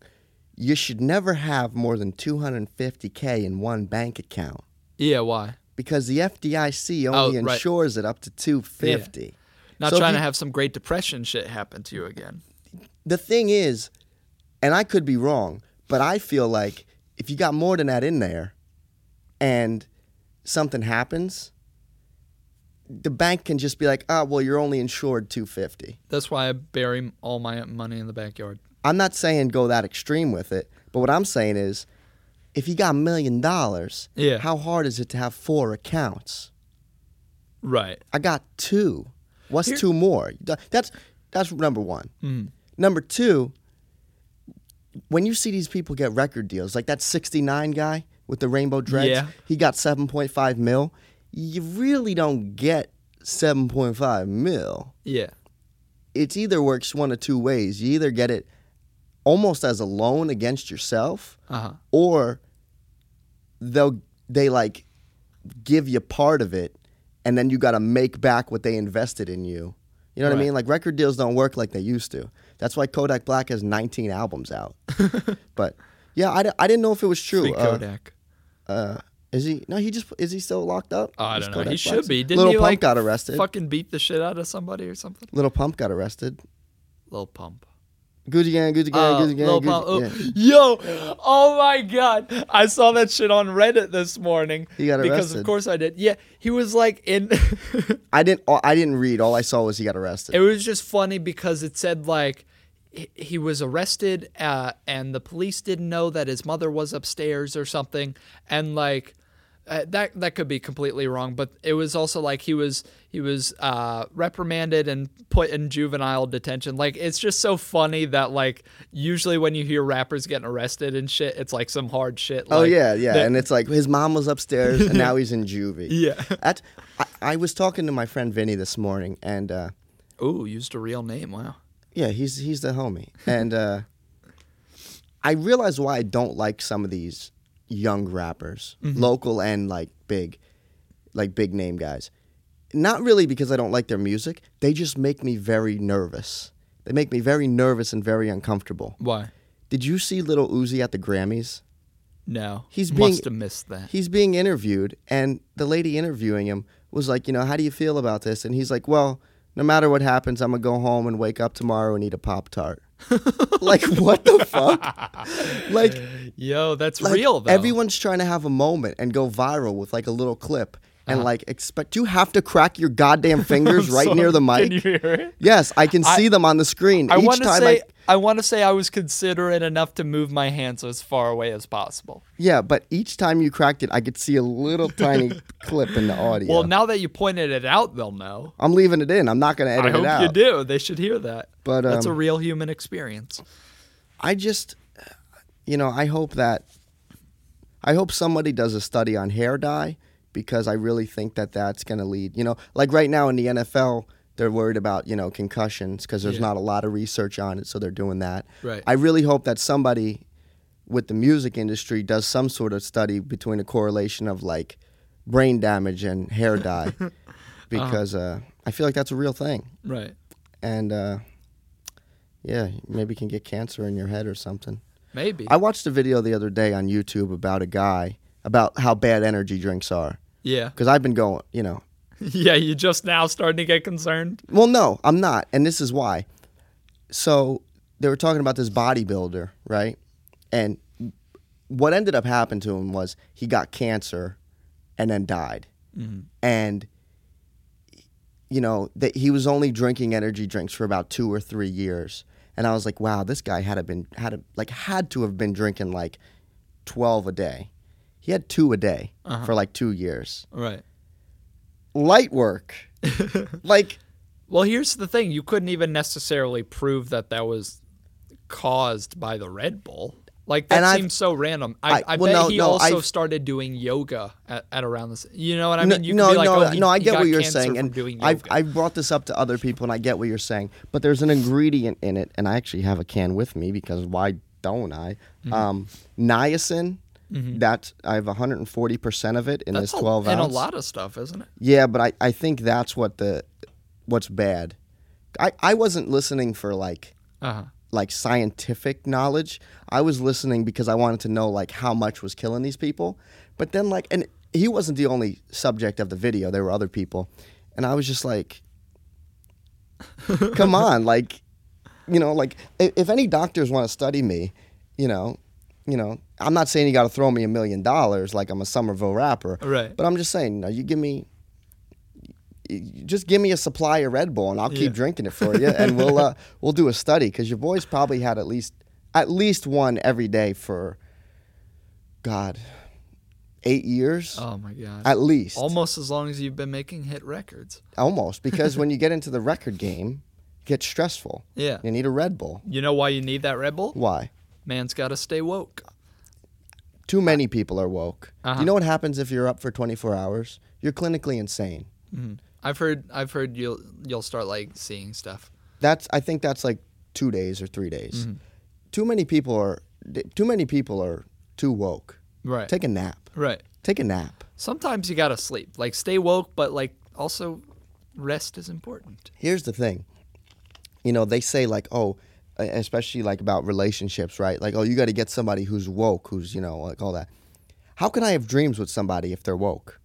[SPEAKER 2] You should never have more than 250k in one bank account
[SPEAKER 3] Yeah, why?
[SPEAKER 2] because the FDIC only
[SPEAKER 3] Oh, right.
[SPEAKER 2] insures it up to 250.
[SPEAKER 3] Not
[SPEAKER 2] So if
[SPEAKER 3] trying
[SPEAKER 2] you-
[SPEAKER 3] to have some Great Depression shit happen to you again.
[SPEAKER 2] the thing is, and I could be wrong, but I feel like if you got more than that in there and something happens, the bank can just be like, "Ah, well, you're only insured 250."
[SPEAKER 3] That's why I bury all my money in the backyard.
[SPEAKER 2] I'm not saying go that extreme with it, but what I'm saying is if you got a million dollars,
[SPEAKER 3] Yeah.
[SPEAKER 2] how hard is it to have four accounts?
[SPEAKER 3] Right.
[SPEAKER 2] I got two. What's two more? Th- That's that's number one. Number two, when you see these people get record deals, like that '69 guy, with the rainbow dreads.
[SPEAKER 3] Yeah.
[SPEAKER 2] He got 7.5 mil. You really don't get 7.5 mil.
[SPEAKER 3] Yeah.
[SPEAKER 2] It's either works one of two ways. You either get it almost as a loan against yourself,
[SPEAKER 3] Uh-huh.
[SPEAKER 2] or they'll they like give you part of it, and then you got to make back what they invested in you. You know what I
[SPEAKER 3] Right.
[SPEAKER 2] mean? Like record deals don't work like they used to. That's why Kodak Black has 19 albums out. but yeah, I, di- I didn't know if it was true.
[SPEAKER 3] Free
[SPEAKER 2] Uh,
[SPEAKER 3] Kodak.
[SPEAKER 2] uh, is he? No, he just is he still locked up?
[SPEAKER 3] Oh, I
[SPEAKER 2] Is
[SPEAKER 3] don't know.
[SPEAKER 2] Kodak
[SPEAKER 3] He
[SPEAKER 2] Black's-
[SPEAKER 3] should be. Didn't
[SPEAKER 2] Little
[SPEAKER 3] he
[SPEAKER 2] Pump
[SPEAKER 3] like
[SPEAKER 2] got arrested.
[SPEAKER 3] Fucking beat the shit out of somebody or something.
[SPEAKER 2] Little Pump got arrested.
[SPEAKER 3] Little pump.
[SPEAKER 2] Gucci gang, Gucci gang,
[SPEAKER 3] Oh,
[SPEAKER 2] Gucci gang.
[SPEAKER 3] Lil
[SPEAKER 2] Gucci-
[SPEAKER 3] Pump. Oh,
[SPEAKER 2] yeah.
[SPEAKER 3] Yo, oh my god! I saw that shit on Reddit this morning.
[SPEAKER 2] He got
[SPEAKER 3] because
[SPEAKER 2] arrested.
[SPEAKER 3] of course I did. Yeah, he was like in.
[SPEAKER 2] I didn't. I didn't read. All I saw was he got arrested.
[SPEAKER 3] it was just funny because it said like he- he was arrested uh, and the police didn't know that his mother was upstairs or something and like uh, that that could be completely wrong but it was also like he was he was uh, reprimanded and put in juvenile detention like it's just so funny that like usually when you hear rappers getting arrested and shit it's like some hard shit
[SPEAKER 2] Oh
[SPEAKER 3] like,
[SPEAKER 2] yeah, yeah.
[SPEAKER 3] that-
[SPEAKER 2] and it's like his mom was upstairs, and now he's in juvie.
[SPEAKER 3] Yeah.
[SPEAKER 2] That's, I, I was talking to my friend Vinny this morning, and uh,
[SPEAKER 3] ooh used a real name wow
[SPEAKER 2] yeah, he's he's the homie, and uh, I realized why I don't like some of these young rappers,
[SPEAKER 3] Mm-hmm.
[SPEAKER 2] local and like big, like big name guys. Not really because I don't like their music; they just make me very nervous. They make me very nervous and very uncomfortable.
[SPEAKER 3] why
[SPEAKER 2] Did you see Little Uzi at the Grammys?
[SPEAKER 3] no
[SPEAKER 2] He's being-
[SPEAKER 3] must have missed that
[SPEAKER 2] he's being interviewed and the lady interviewing him was like you know how do you feel about this and he's like well no matter what happens i'm gonna go home and wake up tomorrow and eat a pop tart like what the fuck like,
[SPEAKER 3] yo that's
[SPEAKER 2] like,
[SPEAKER 3] real though
[SPEAKER 2] everyone's trying to have a moment and go viral with like a little clip
[SPEAKER 3] Uh-huh.
[SPEAKER 2] and like expect you have to crack your goddamn fingers right near the mic
[SPEAKER 3] Can you hear it?
[SPEAKER 2] yes i can see them on the screen
[SPEAKER 3] I
[SPEAKER 2] each
[SPEAKER 3] want to
[SPEAKER 2] time
[SPEAKER 3] say
[SPEAKER 2] i
[SPEAKER 3] I want to say I was considerate enough to move my hands as far away as possible.
[SPEAKER 2] yeah but each time you cracked it i could see a little tiny clip in the audio
[SPEAKER 3] Well, now that you pointed it out, they'll know.
[SPEAKER 2] i'm leaving it in i'm not gonna edit
[SPEAKER 3] I
[SPEAKER 2] it
[SPEAKER 3] hope
[SPEAKER 2] out
[SPEAKER 3] you do. They should hear that.
[SPEAKER 2] But,
[SPEAKER 3] that's a
[SPEAKER 2] um,
[SPEAKER 3] real human experience.
[SPEAKER 2] I just, you know, I hope that, I hope somebody does a study on hair dye because I really think that that's going to lead, you know, like right now in the NFL, they're worried about, you know, concussions because there's
[SPEAKER 3] Yeah.
[SPEAKER 2] not a lot of research on it. So they're doing that.
[SPEAKER 3] Right.
[SPEAKER 2] I really hope that somebody with the music industry does some sort of study between a correlation of like brain damage and hair dye
[SPEAKER 3] Uh-huh.
[SPEAKER 2] because uh, I feel like that's a real thing.
[SPEAKER 3] Right.
[SPEAKER 2] And, uh, yeah, maybe you can get cancer in your head or something.
[SPEAKER 3] Maybe.
[SPEAKER 2] I watched a video the other day on YouTube about a guy about how bad energy drinks are.
[SPEAKER 3] yeah.
[SPEAKER 2] Because I've been going, you know.
[SPEAKER 3] Yeah. You just now starting to get concerned.
[SPEAKER 2] Well, no, I'm not. And this is why. So they were talking about this bodybuilder, right? And what ended up happening to him was he got cancer and then died. And, you know, that he was only drinking energy drinks for about two or three years. And I was like, wow, this guy had to been had to, like had to have been drinking like twelve a day. He had two a day for like two years.
[SPEAKER 3] Right.
[SPEAKER 2] Light work, like
[SPEAKER 3] Well, here's the thing. You couldn't even necessarily prove that that was caused by the Red Bull. Like
[SPEAKER 2] And
[SPEAKER 3] that
[SPEAKER 2] I've-
[SPEAKER 3] seems so random. I, I,
[SPEAKER 2] I- well,
[SPEAKER 3] bet
[SPEAKER 2] no,
[SPEAKER 3] he
[SPEAKER 2] no,
[SPEAKER 3] also
[SPEAKER 2] I've-
[SPEAKER 3] started doing yoga at, at around this. You know what I
[SPEAKER 2] No,
[SPEAKER 3] mean? You could
[SPEAKER 2] no,
[SPEAKER 3] be like,
[SPEAKER 2] no,
[SPEAKER 3] oh, he-
[SPEAKER 2] no. I
[SPEAKER 3] he
[SPEAKER 2] get
[SPEAKER 3] got
[SPEAKER 2] what you're
[SPEAKER 3] cancer
[SPEAKER 2] saying,
[SPEAKER 3] from
[SPEAKER 2] and
[SPEAKER 3] doing
[SPEAKER 2] I've
[SPEAKER 3] yoga.
[SPEAKER 2] I've brought this up to other people, and I get what you're saying. But there's an ingredient in it, and I actually have a can with me because why don't I?
[SPEAKER 3] Mm-hmm.
[SPEAKER 2] Um, niacin. That I have 140 percent of it in
[SPEAKER 3] That's
[SPEAKER 2] this
[SPEAKER 3] a-
[SPEAKER 2] 12
[SPEAKER 3] Oh, and
[SPEAKER 2] ounce.
[SPEAKER 3] a lot of stuff, isn't it?
[SPEAKER 2] Yeah, but I, I think that's what the what's bad. I, I wasn't listening for like
[SPEAKER 3] Uh huh.
[SPEAKER 2] like scientific knowledge. I was listening because I wanted to know like how much was killing these people. But then like and he wasn't the only subject of the video. There were other people. And I was just like come on, like you know, like i- if any doctors want to study me, you know, you know, I'm not saying you got to throw me a million dollars like I'm a Somerville rapper.
[SPEAKER 3] Right.
[SPEAKER 2] But I'm just saying, you know, you give me you just give me a supply of Red Bull and I'll
[SPEAKER 3] Yeah.
[SPEAKER 2] keep drinking it for you, and we'll uh, we'll do a study because your boys probably had at least at least one every day for God eight years
[SPEAKER 3] Oh my god.
[SPEAKER 2] at least
[SPEAKER 3] Almost as long as you've been making hit records.
[SPEAKER 2] almost because when you get into the record game, it gets stressful.
[SPEAKER 3] Yeah.
[SPEAKER 2] you need a Red Bull.
[SPEAKER 3] You know why you need that Red Bull?
[SPEAKER 2] Why?
[SPEAKER 3] Man's got to stay woke.
[SPEAKER 2] Too many people are woke. You know what happens if you're up for 24 hours? You're clinically insane.
[SPEAKER 3] I've heard I've heard you'll you'll start like seeing stuff.
[SPEAKER 2] That's I think that's like 2 days or 3 days. Too many people are too many people are too woke.
[SPEAKER 3] Right.
[SPEAKER 2] Take a nap.
[SPEAKER 3] Right.
[SPEAKER 2] Take a nap.
[SPEAKER 3] Sometimes you gotta sleep. Like stay woke, but like also rest is important.
[SPEAKER 2] here's the thing you know they say like oh especially like about relationships right like oh you got to get somebody who's woke who's you know like all that how can i have dreams with somebody if they're woke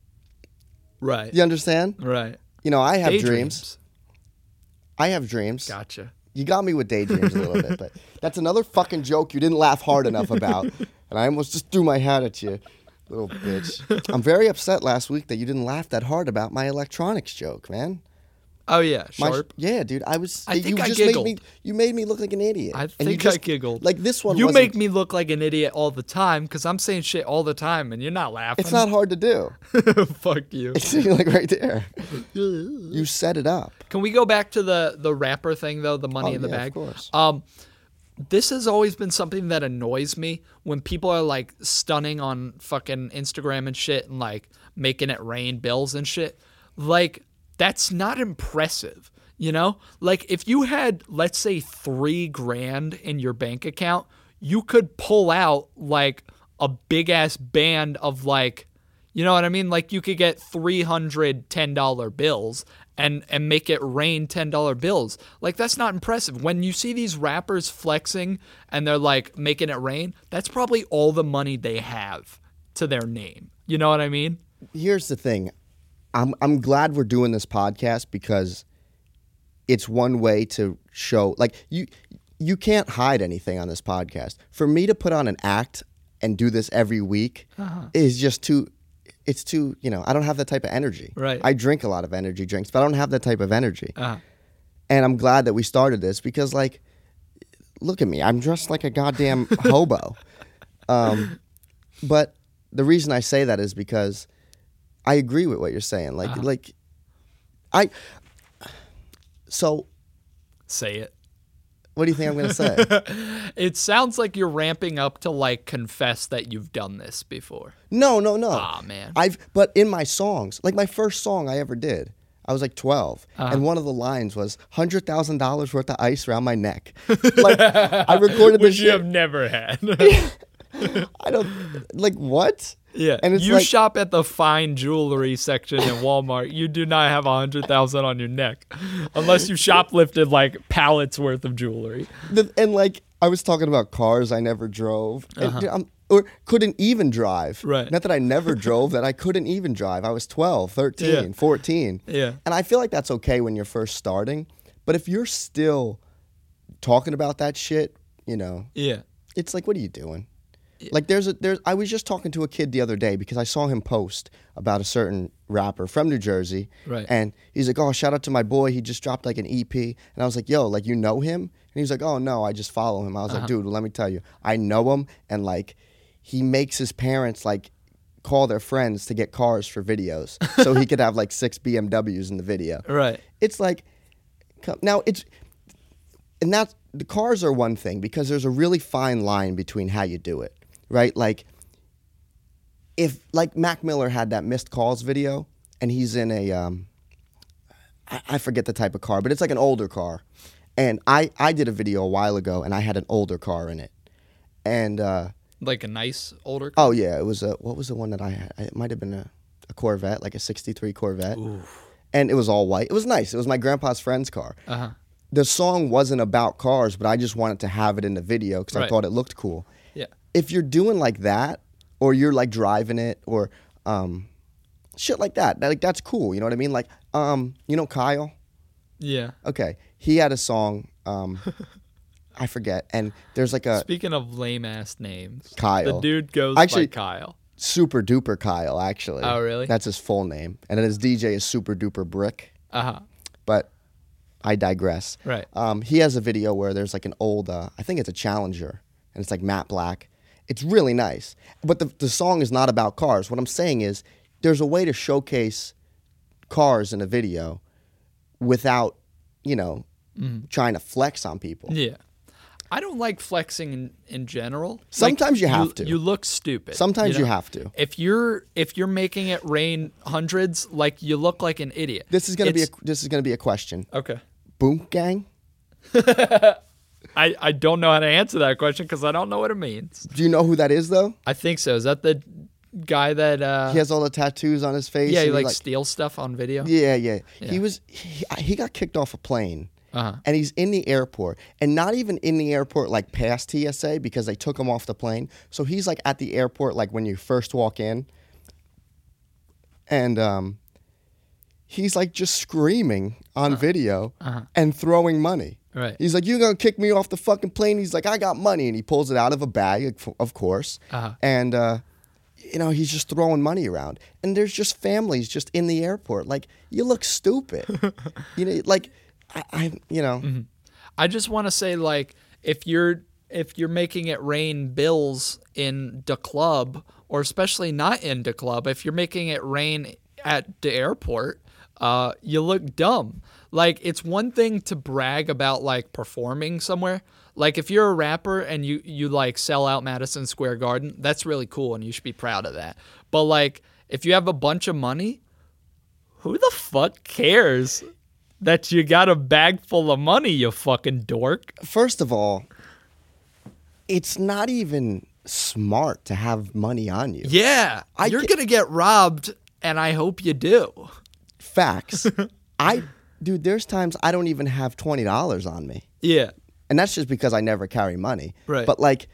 [SPEAKER 3] Right.
[SPEAKER 2] you understand
[SPEAKER 3] Right.
[SPEAKER 2] you know i have dreams i have dreams
[SPEAKER 3] Gotcha.
[SPEAKER 2] you got me with daydreams a little bit but that's another fucking joke you didn't laugh hard enough about and i almost just threw my hat at you little bitch i'm very upset last week that you didn't laugh that hard about my electronics joke man
[SPEAKER 3] Oh yeah.
[SPEAKER 2] My-
[SPEAKER 3] Sharp.
[SPEAKER 2] yeah, dude. I was.
[SPEAKER 3] I
[SPEAKER 2] you
[SPEAKER 3] think I
[SPEAKER 2] just made
[SPEAKER 3] giggled.
[SPEAKER 2] me. You made me look like an idiot.
[SPEAKER 3] I
[SPEAKER 2] And
[SPEAKER 3] think
[SPEAKER 2] you just,
[SPEAKER 3] I giggled.
[SPEAKER 2] Like this one.
[SPEAKER 3] You
[SPEAKER 2] wasn't-
[SPEAKER 3] make me look like an idiot all the time because I'm saying shit all the time and you're not laughing.
[SPEAKER 2] It's not hard to do.
[SPEAKER 3] Fuck you.
[SPEAKER 2] It's like right there. you set it up.
[SPEAKER 3] Can we go back to the the rapper thing though? The money
[SPEAKER 2] Oh,
[SPEAKER 3] in the
[SPEAKER 2] yeah, of
[SPEAKER 3] bag.
[SPEAKER 2] course.
[SPEAKER 3] Um, this has always been something that annoys me when people are like stunning on fucking Instagram and shit and like making it rain bills and shit. Like that's not impressive, you know? Like if you had let's say 3 grand in your bank account, you could pull out like a big ass band of like you know what I mean? Like you could get three hundred ten dollar bills and and make it rain ten dollar bills. Like that's not impressive. When you see these rappers flexing and they're like making it rain, that's probably all the money they have to their name. You know what I mean?
[SPEAKER 2] Here's the thing. I'm I'm glad we're doing this podcast because it's one way to show like you you can't hide anything on this podcast. For me to put on an act and do this every week is just too it's too, you know, I don't have that type of energy.
[SPEAKER 3] Right.
[SPEAKER 2] I drink a lot of energy drinks, but I don't have that type of energy. And I'm glad that we started this because like look at me. I'm dressed like a goddamn hobo. Um, but the reason I say that is because I agree with what you're saying. Like
[SPEAKER 3] Uh-huh.
[SPEAKER 2] like I so
[SPEAKER 3] Say it.
[SPEAKER 2] what do you think I'm going to say?
[SPEAKER 3] It sounds like you're ramping up to like confess that you've done this before.
[SPEAKER 2] no, no, no.
[SPEAKER 3] Aw, man.
[SPEAKER 2] I've but in my songs, like my first song I ever did, I was like 12,
[SPEAKER 3] Uh-huh.
[SPEAKER 2] and one of the lines was hundred thousand dollars worth of ice around my neck. Like I recorded this.
[SPEAKER 3] Which you
[SPEAKER 2] Shit.
[SPEAKER 3] have never had.
[SPEAKER 2] I don't like what.
[SPEAKER 3] yeah.
[SPEAKER 2] and it's
[SPEAKER 3] you
[SPEAKER 2] like
[SPEAKER 3] shop at the fine jewelry section in Walmart. you do not have a hundred thousand on your neck, unless you shoplifted like pallets worth of jewelry.
[SPEAKER 2] the, and like I was talking about cars I never drove, and, um, or couldn't even drive.
[SPEAKER 3] Uh-huh. Right.
[SPEAKER 2] Not that I never drove, that I couldn't even drive. I was 12, 13,
[SPEAKER 3] Yeah.
[SPEAKER 2] 14.
[SPEAKER 3] Yeah.
[SPEAKER 2] And I feel like that's okay when you're first starting, but if you're still talking about that shit, you know,
[SPEAKER 3] Yeah.
[SPEAKER 2] it's like what are you doing like there's a there's i was just talking to a kid the other day because i saw him post about a certain rapper from new jersey
[SPEAKER 3] Right.
[SPEAKER 2] and he's like oh shout out to my boy he just dropped like an ep and i was like yo like you know him and he was like oh no i just follow him i was
[SPEAKER 3] Uh-huh.
[SPEAKER 2] like dude let me tell you i know him and like he makes his parents like call their friends to get cars for videos so he could have like six bmws in the video
[SPEAKER 3] Right.
[SPEAKER 2] it's like come- now it's and that's the cars are one thing because there's a really fine line between how you do it right like if like mac miller had that missed calls video and he's in a um i, I forget the type of car but it's like an older car and i i did a video a while ago and i had an older car in it and uh
[SPEAKER 3] Like a nice older.
[SPEAKER 2] Oh yeah, it was a what was the one that I had? It might have been a, a Corvette, like a '63 Corvette, and it was all white. It was nice. It was my grandpa's friend's car. Uh-huh. The song wasn't about cars, but I just wanted to have it in the video because I
[SPEAKER 3] Right.
[SPEAKER 2] thought it looked cool.
[SPEAKER 3] Yeah.
[SPEAKER 2] If you're doing like that, or you're like driving it, or um, shit like that, that- like that's cool. You know what I mean? Like um, you know Kyle.
[SPEAKER 3] Yeah.
[SPEAKER 2] Okay, he had a song. Um, I forget, and there's like a
[SPEAKER 3] Speaking of lame ass names,
[SPEAKER 2] Kyle.
[SPEAKER 3] The dude goes
[SPEAKER 2] Actually-
[SPEAKER 3] by Kyle.
[SPEAKER 2] Super Duper Kyle, actually.
[SPEAKER 3] Oh, really?
[SPEAKER 2] That's his full name. And then his DJ is Super Duper Brick,
[SPEAKER 3] Uh huh.
[SPEAKER 2] but I digress.
[SPEAKER 3] Right.
[SPEAKER 2] Um, he has a video where there's like an old, uh, I think it's a Challenger, and it's like matte black. It's really nice. But the, the song is not about cars. What I'm saying is there's a way to showcase cars in a video without, you know, trying to flex on people.
[SPEAKER 3] Mm-hmm. Yeah. I don't like flexing in, in general. Like,
[SPEAKER 2] Sometimes you have to.
[SPEAKER 3] You look stupid.
[SPEAKER 2] Sometimes you
[SPEAKER 3] know?
[SPEAKER 2] have to.
[SPEAKER 3] If you're if you're making it rain hundreds, like you look like an idiot.
[SPEAKER 2] This is gonna
[SPEAKER 3] It's-
[SPEAKER 2] be a this is gonna be a question.
[SPEAKER 3] okay.
[SPEAKER 2] Boom gang.
[SPEAKER 3] I, I don't know how to answer that question because I don't know what it means.
[SPEAKER 2] Do you know who that is though?
[SPEAKER 3] I think so. Is that the guy that uh
[SPEAKER 2] He has all the tattoos on his face.
[SPEAKER 3] yeah,
[SPEAKER 2] and
[SPEAKER 3] he
[SPEAKER 2] he,
[SPEAKER 3] like, steals stuff on video?
[SPEAKER 2] Yeah, yeah. He was he, he got kicked off a plane.
[SPEAKER 3] Uh-huh.
[SPEAKER 2] And he's in the airport, and not even in the airport like past TSA because they took him off the plane. So he's like at the airport like when you first walk in, and um, he's like just screaming on video and throwing money.
[SPEAKER 3] Uh-huh. Right.
[SPEAKER 2] He's like, "You gonna kick me off the fucking plane?" He's like, "I got money," and he pulls it out of a bag, of- of course,
[SPEAKER 3] Uh-huh.
[SPEAKER 2] and uh, you know he's just throwing money around. And there's just families just in the airport. Like, you look stupid. you know, like I, I you know,
[SPEAKER 3] Mm-hmm. I just want to say like if you're if you're making it rain bills in the club or especially not in the club, if you're making it rain at the airport, uh, you look dumb. Like it's one thing to brag about like performing somewhere. Like if you're a rapper and you you like sell out Madison Square Garden, that's really cool and you should be proud of that. But like if you have a bunch of money, who the fuck cares that you got a bag full of money, you fucking dork?
[SPEAKER 2] first of all, it's not even smart to have money on you.
[SPEAKER 3] Yeah, you're
[SPEAKER 2] ca-
[SPEAKER 3] gonna get robbed, and I hope you do.
[SPEAKER 2] Facts. I, dude, there's times I don't even have twenty dollars on me.
[SPEAKER 3] Yeah,
[SPEAKER 2] and that's just because I never carry money.
[SPEAKER 3] Right.
[SPEAKER 2] But like,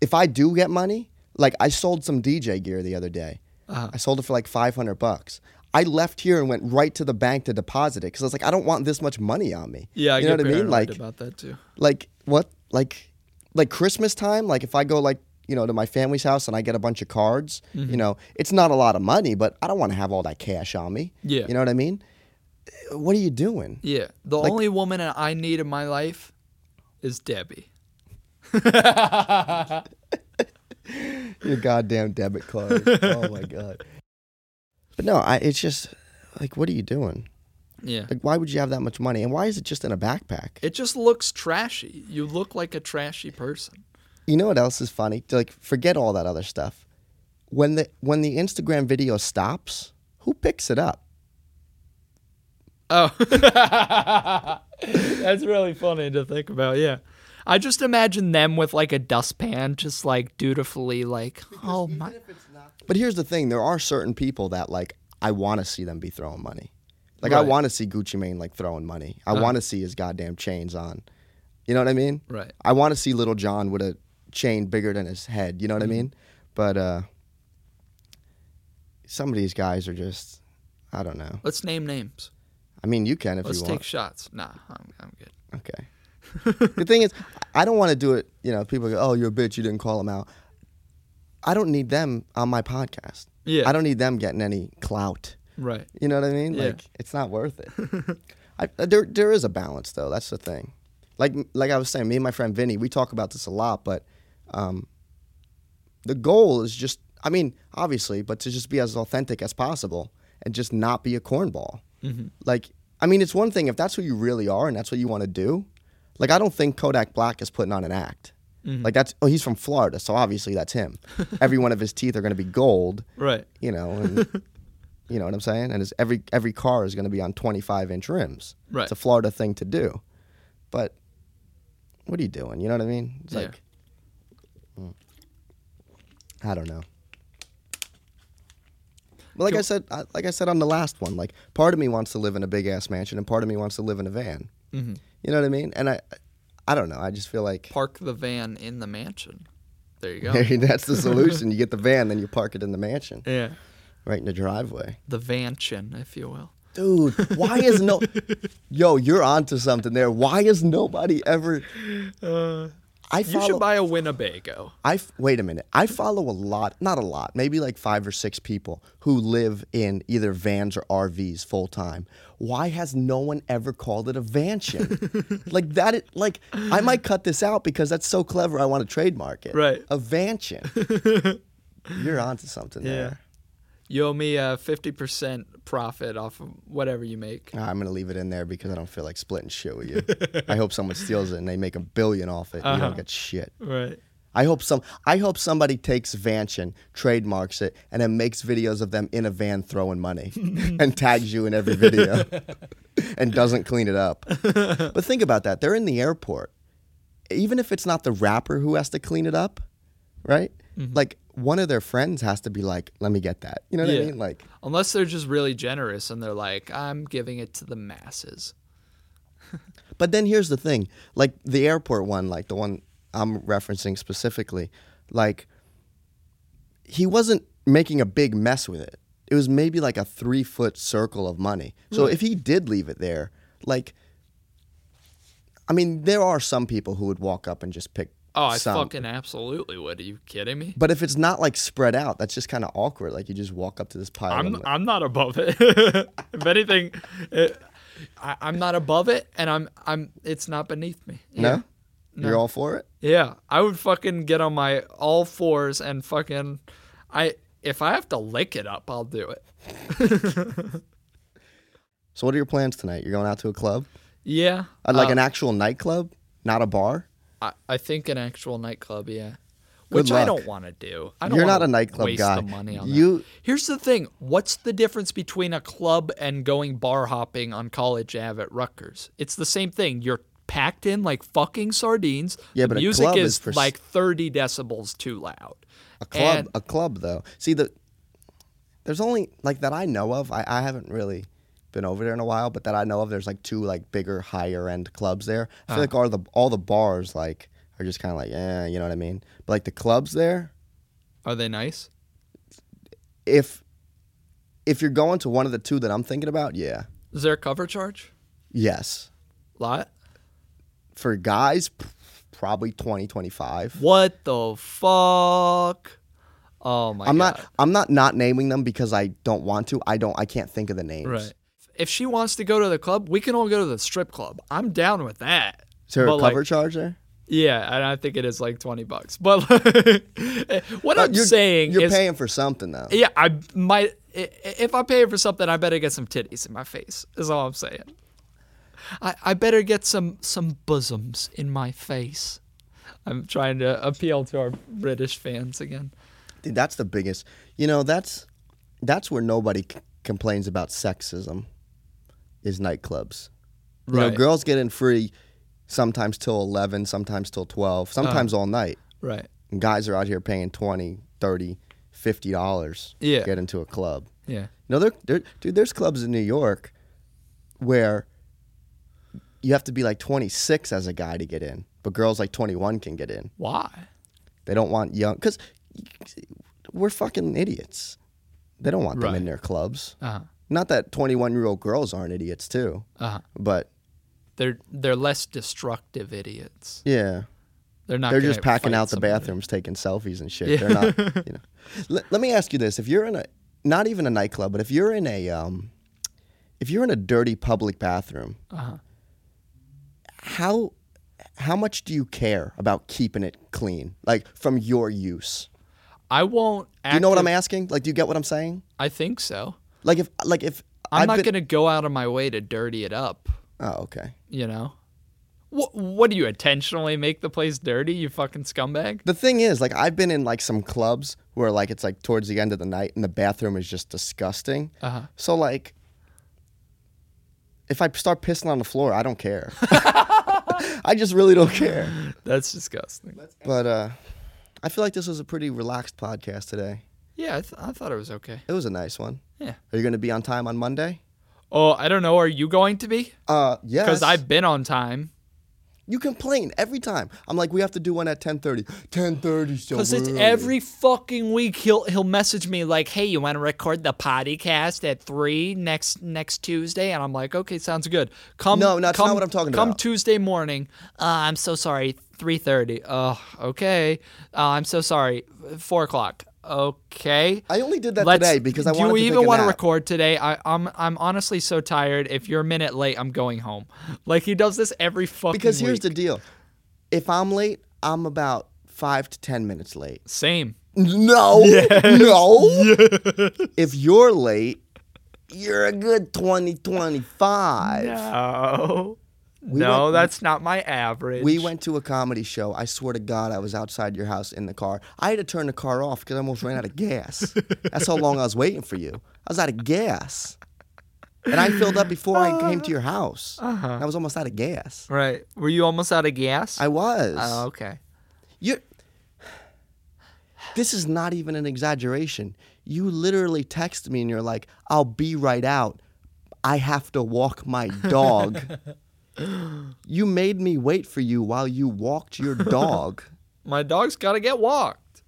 [SPEAKER 2] if I do get money, like I sold some DJ gear the other day.
[SPEAKER 3] Uh-huh.
[SPEAKER 2] I sold it for like five hundred bucks. I left here and went right to the bank to deposit it because I was like, I don't want this much money on me.
[SPEAKER 3] yeah, I
[SPEAKER 2] you know
[SPEAKER 3] get
[SPEAKER 2] what I mean?
[SPEAKER 3] paranoid
[SPEAKER 2] Like,
[SPEAKER 3] about that too.
[SPEAKER 2] like what? Like, like Christmas time. Like if I go like you know to my family's house and I get a bunch of cards,
[SPEAKER 3] Mm-hmm.
[SPEAKER 2] you know, it's not a lot of money, but I don't want to have all that cash on me.
[SPEAKER 3] Yeah.
[SPEAKER 2] You know what I mean? What are you doing?
[SPEAKER 3] Yeah, the only woman I need in my life is Debbie.
[SPEAKER 2] your goddamn debit card. oh my god. But no, I it's just like what are you doing?
[SPEAKER 3] Yeah,
[SPEAKER 2] Like why would you have that much money? And why is it just in a backpack?
[SPEAKER 3] it just looks trashy. You look like a trashy person.
[SPEAKER 2] you know what else is funny? To, like forget all that other stuff. When the when the Instagram video stops, who picks it up?
[SPEAKER 3] Oh, that's really funny to think about. Yeah. I just imagine them with like a dustpan, just like dutifully, like, oh my.
[SPEAKER 2] But here's the thing, there are certain people that like I want to see them be throwing money. Like I
[SPEAKER 3] Right. Uh-huh.
[SPEAKER 2] want to see Gucci Mane like throwing money. I want to see his goddamn chains on. You know what I mean?
[SPEAKER 3] Right.
[SPEAKER 2] I want to see Little John with a chain bigger than his head. You know what
[SPEAKER 3] Mm-hmm.
[SPEAKER 2] I mean? But uh, some of these guys are just, I don't know.
[SPEAKER 3] Let's name names.
[SPEAKER 2] I mean, you can if
[SPEAKER 3] Let's
[SPEAKER 2] you
[SPEAKER 3] take
[SPEAKER 2] want.
[SPEAKER 3] shots. Nah, I'm, I'm good.
[SPEAKER 2] okay. the thing is, I don't want to do it. You know, people go, "Oh, you're a bitch. You didn't call him out." I don't need them on my podcast.
[SPEAKER 3] Yeah.
[SPEAKER 2] I don't need them getting any clout.
[SPEAKER 3] Right.
[SPEAKER 2] You know what I mean?
[SPEAKER 3] Yeah.
[SPEAKER 2] Like it's not worth it. I, there there is a balance though. That's the thing. Like like I was saying, me and my friend Vinny, we talk about this a lot, but um, the goal is just I mean, obviously, but to just be as authentic as possible and just not be a cornball. Like I mean, it's one thing if that's who you really are and that's what you want to do. Like I don't think Kodak Black is putting on an act. Like that's oh he's from Florida, so obviously that's him. Every one of his teeth are going to be gold
[SPEAKER 3] Right.
[SPEAKER 2] you know, and, you know what I'm saying? And it's every every car is going to be on 25 inch rims.
[SPEAKER 3] Right.
[SPEAKER 2] It's a Florida thing to do, but what are you doing? You know what I mean? It's
[SPEAKER 3] Yeah.
[SPEAKER 2] like mm. I don't know. But like I said, I, like I said on the last one, like part of me wants to live in a big ass mansion, and part of me wants to live in a van. Mm-hmm. You know what I mean? And I, I don't know. I just feel like
[SPEAKER 3] Park the van in the mansion. There you go.
[SPEAKER 2] that's the solution. you get the van, then you park it in the mansion,
[SPEAKER 3] yeah.
[SPEAKER 2] right in the driveway.
[SPEAKER 3] The vanchin, if you will.
[SPEAKER 2] dude why is no yo you're onto something there why is nobody ever i
[SPEAKER 3] Uh, You
[SPEAKER 2] follow
[SPEAKER 3] should buy a Winnebago.
[SPEAKER 2] i f- wait a minute i follow a lot not a lot maybe like five or six people who live in either vans or rvs full time why has no one ever called it a vansion like that it, like i might cut this out because that's so clever i want to trademark it
[SPEAKER 3] Right.
[SPEAKER 2] a vansion you're onto something there
[SPEAKER 3] You owe me a uh, fifty percent profit off of whatever you make.
[SPEAKER 2] Nah, I'm gonna leave it in there because I don't feel like splitting shit with you. I hope someone steals it and they make a billion off it. And You don't get shit.
[SPEAKER 3] Right.
[SPEAKER 2] I hope some. I hope somebody takes Vanshin, trademarks it, and then makes videos of them in a van throwing money, and tags you in every video, and doesn't clean it up. But think about that. They're in the airport. Even if it's not the rapper who has to clean it up, right? Like one of their friends has to be like, "Let me get that." You know what
[SPEAKER 3] Yeah.
[SPEAKER 2] I mean? Like,
[SPEAKER 3] Unless they're just really generous and they're like, I'm giving it to the masses.
[SPEAKER 2] But then here's the thing, like the airport one, like the one I'm referencing specifically, like he wasn't making a big mess with it. It was maybe like a three foot circle of money. So if he did leave it there, like, I mean, there are some people who would walk up and just pick.
[SPEAKER 3] Oh, I
[SPEAKER 2] some.
[SPEAKER 3] fucking absolutely would. Are you kidding me?
[SPEAKER 2] But if it's not like spread out, that's just kind of awkward. Like you just walk up to this pile. of
[SPEAKER 3] I'm
[SPEAKER 2] money.
[SPEAKER 3] I'm not above it. if anything, it, I, I'm not above it, and I'm I'm it's not beneath me.
[SPEAKER 2] no?
[SPEAKER 3] Yeah.
[SPEAKER 2] you're all for it.
[SPEAKER 3] Yeah, I would fucking get on my all fours and fucking, I if I have to lick it up, I'll do it.
[SPEAKER 2] So what are your plans tonight? You're going out to a club,
[SPEAKER 3] Yeah,
[SPEAKER 2] Uh, like
[SPEAKER 3] uh,
[SPEAKER 2] an actual nightclub, not a bar.
[SPEAKER 3] I, I think an actual nightclub. Yeah,
[SPEAKER 2] Good
[SPEAKER 3] which I
[SPEAKER 2] luck.
[SPEAKER 3] don't want to do. I don't
[SPEAKER 2] You're
[SPEAKER 3] wanna
[SPEAKER 2] not a nightclub
[SPEAKER 3] waste
[SPEAKER 2] guy.
[SPEAKER 3] The money on
[SPEAKER 2] You-
[SPEAKER 3] that. Here's the thing: what's the difference between a club and going bar hopping on College Ave at Rutgers? It's the same thing. You're packed in like fucking sardines.
[SPEAKER 2] Yeah,
[SPEAKER 3] the
[SPEAKER 2] but a
[SPEAKER 3] music
[SPEAKER 2] club
[SPEAKER 3] is,
[SPEAKER 2] is for s-
[SPEAKER 3] like 30 decibels too loud.
[SPEAKER 2] A club,
[SPEAKER 3] And-
[SPEAKER 2] a club though. See the there's only like that I know of. I, I haven't really been over there in a while, but that I know of, there's like two like bigger higher end clubs there. I
[SPEAKER 3] Ah.
[SPEAKER 2] feel like all the all the bars like are just kind of like eh, you know what I mean. But like the clubs there,
[SPEAKER 3] Are they nice?
[SPEAKER 2] if if you're going to one of the two that I'm thinking about, yeah,
[SPEAKER 3] Is there a cover charge?
[SPEAKER 2] yes,
[SPEAKER 3] Lot.
[SPEAKER 2] for guys, p- probably 20, 25.
[SPEAKER 3] What the fuck? Oh my
[SPEAKER 2] I'm
[SPEAKER 3] god.
[SPEAKER 2] not. I'm not not naming them because I don't want to. I don't. I can't think of the names.
[SPEAKER 3] Right. If she wants to go to the club, we can all go to the strip club. I'm down with that.
[SPEAKER 2] Is there
[SPEAKER 3] But,
[SPEAKER 2] a
[SPEAKER 3] like,
[SPEAKER 2] cover charge there?
[SPEAKER 3] yeah, and I think it is like twenty bucks. But like, what I'm
[SPEAKER 2] you're,
[SPEAKER 3] saying
[SPEAKER 2] you're
[SPEAKER 3] is,
[SPEAKER 2] paying for something though.
[SPEAKER 3] yeah, I might. i- If I pay for something, I better get some titties in my face. Is all I'm saying. I, I better get some some bosoms in my face. I'm trying to appeal to our British fans again.
[SPEAKER 2] Dude, that's the biggest. You know, that's that's where nobody c- complains about sexism, is nightclubs. You know,
[SPEAKER 3] Right.
[SPEAKER 2] girls get in free, sometimes till eleven, sometimes till twelve, sometimes
[SPEAKER 3] Uh.
[SPEAKER 2] all night.
[SPEAKER 3] Right.
[SPEAKER 2] And guys are out here paying 20 30 50 dollars
[SPEAKER 3] Yeah.
[SPEAKER 2] to get into a club.
[SPEAKER 3] Yeah.
[SPEAKER 2] No, there, there, dude. There's clubs in New York where you have to be like 26 as a guy to get in, but girls like 21 can get in.
[SPEAKER 3] Why?
[SPEAKER 2] They don't want young because we're fucking idiots. They don't want them
[SPEAKER 3] Right.
[SPEAKER 2] in their clubs.
[SPEAKER 3] Uh huh.
[SPEAKER 2] Not that twenty-one year old girls aren't idiots too,
[SPEAKER 3] Uh huh.
[SPEAKER 2] but
[SPEAKER 3] They're they're less destructive idiots.
[SPEAKER 2] yeah,
[SPEAKER 3] They're not.
[SPEAKER 2] they're
[SPEAKER 3] gonna
[SPEAKER 2] just packing
[SPEAKER 3] fight
[SPEAKER 2] out the
[SPEAKER 3] somebody.
[SPEAKER 2] bathrooms, taking selfies and shit. They're not. You know. Let, let me ask you this: If you're in a not even a nightclub, but if you're in a um, if you're in a dirty public bathroom,
[SPEAKER 3] Uh-huh.
[SPEAKER 2] how how much do you care about keeping it clean, like from your use?
[SPEAKER 3] I won't.
[SPEAKER 2] Do you know what I'm asking? Like, do you get what I'm saying?
[SPEAKER 3] I think so.
[SPEAKER 2] Like if like if
[SPEAKER 3] I'm
[SPEAKER 2] I've
[SPEAKER 3] not
[SPEAKER 2] been-
[SPEAKER 3] gonna go out of my way to dirty it up.
[SPEAKER 2] Oh, okay.
[SPEAKER 3] You know. What? What do you intentionally make the place dirty? You fucking scumbag.
[SPEAKER 2] The thing is, like I've been in like some clubs where like it's like towards the end of the night and the bathroom is just disgusting.
[SPEAKER 3] Uh-huh.
[SPEAKER 2] So like if I start pissing on the floor, I don't care. I just really don't care.
[SPEAKER 3] That's disgusting.
[SPEAKER 2] But uh I feel like this was a pretty relaxed podcast today.
[SPEAKER 3] Yeah, I, th- I thought it was okay.
[SPEAKER 2] It was a nice one.
[SPEAKER 3] Yeah.
[SPEAKER 2] Are you going to be on time on Monday?
[SPEAKER 3] Oh, I don't know. Are you going to be?
[SPEAKER 2] Uh yes.
[SPEAKER 3] Because I've been on time.
[SPEAKER 2] you complain every time. I'm like we have to do one at 10:30. 10:30 so
[SPEAKER 3] Because it's
[SPEAKER 2] early.
[SPEAKER 3] every fucking week he'll he'll message me like, "Hey, you want to record the podcast at three next next Tuesday?" And I'm like, "Okay, sounds good." Come
[SPEAKER 2] No, that's
[SPEAKER 3] come-
[SPEAKER 2] not what I'm talking
[SPEAKER 3] Come
[SPEAKER 2] about.
[SPEAKER 3] Tuesday morning. Uh, I'm so sorry. Three thirty. Oh, okay. Uh, I'm so sorry. Four o'clock. Okay.
[SPEAKER 2] I only did that
[SPEAKER 3] Let's-
[SPEAKER 2] today because I
[SPEAKER 3] do
[SPEAKER 2] wanted
[SPEAKER 3] you
[SPEAKER 2] to
[SPEAKER 3] even
[SPEAKER 2] take a
[SPEAKER 3] wanna
[SPEAKER 2] nap.
[SPEAKER 3] record today? I, I'm I'm honestly so tired. If you're a minute late, I'm going home. Like he does this every fucking
[SPEAKER 2] Because here's
[SPEAKER 3] week.
[SPEAKER 2] the deal. If I'm late, I'm about five to ten minutes late.
[SPEAKER 3] same.
[SPEAKER 2] No, no. If you're late, you're a good 20, 25.
[SPEAKER 3] No.
[SPEAKER 2] No,
[SPEAKER 3] no,
[SPEAKER 2] went-
[SPEAKER 3] that's not my average.
[SPEAKER 2] We went to a comedy show. I swear to God, I was outside your house in the car. I had to turn the car off because I almost ran out of gas. That's how long I was waiting for you. I was out of gas. And I filled up before I
[SPEAKER 3] Uh,
[SPEAKER 2] came to your house.
[SPEAKER 3] uh-huh.
[SPEAKER 2] I was almost out of gas.
[SPEAKER 3] Right. Were you almost out of gas?
[SPEAKER 2] I was.
[SPEAKER 3] Oh, okay.
[SPEAKER 2] You. This is not even an exaggeration. You literally text me and you're like, "I'll be right out. I have to walk my dog." you made me wait for you while you walked your dog.
[SPEAKER 3] My dog's got to get walked.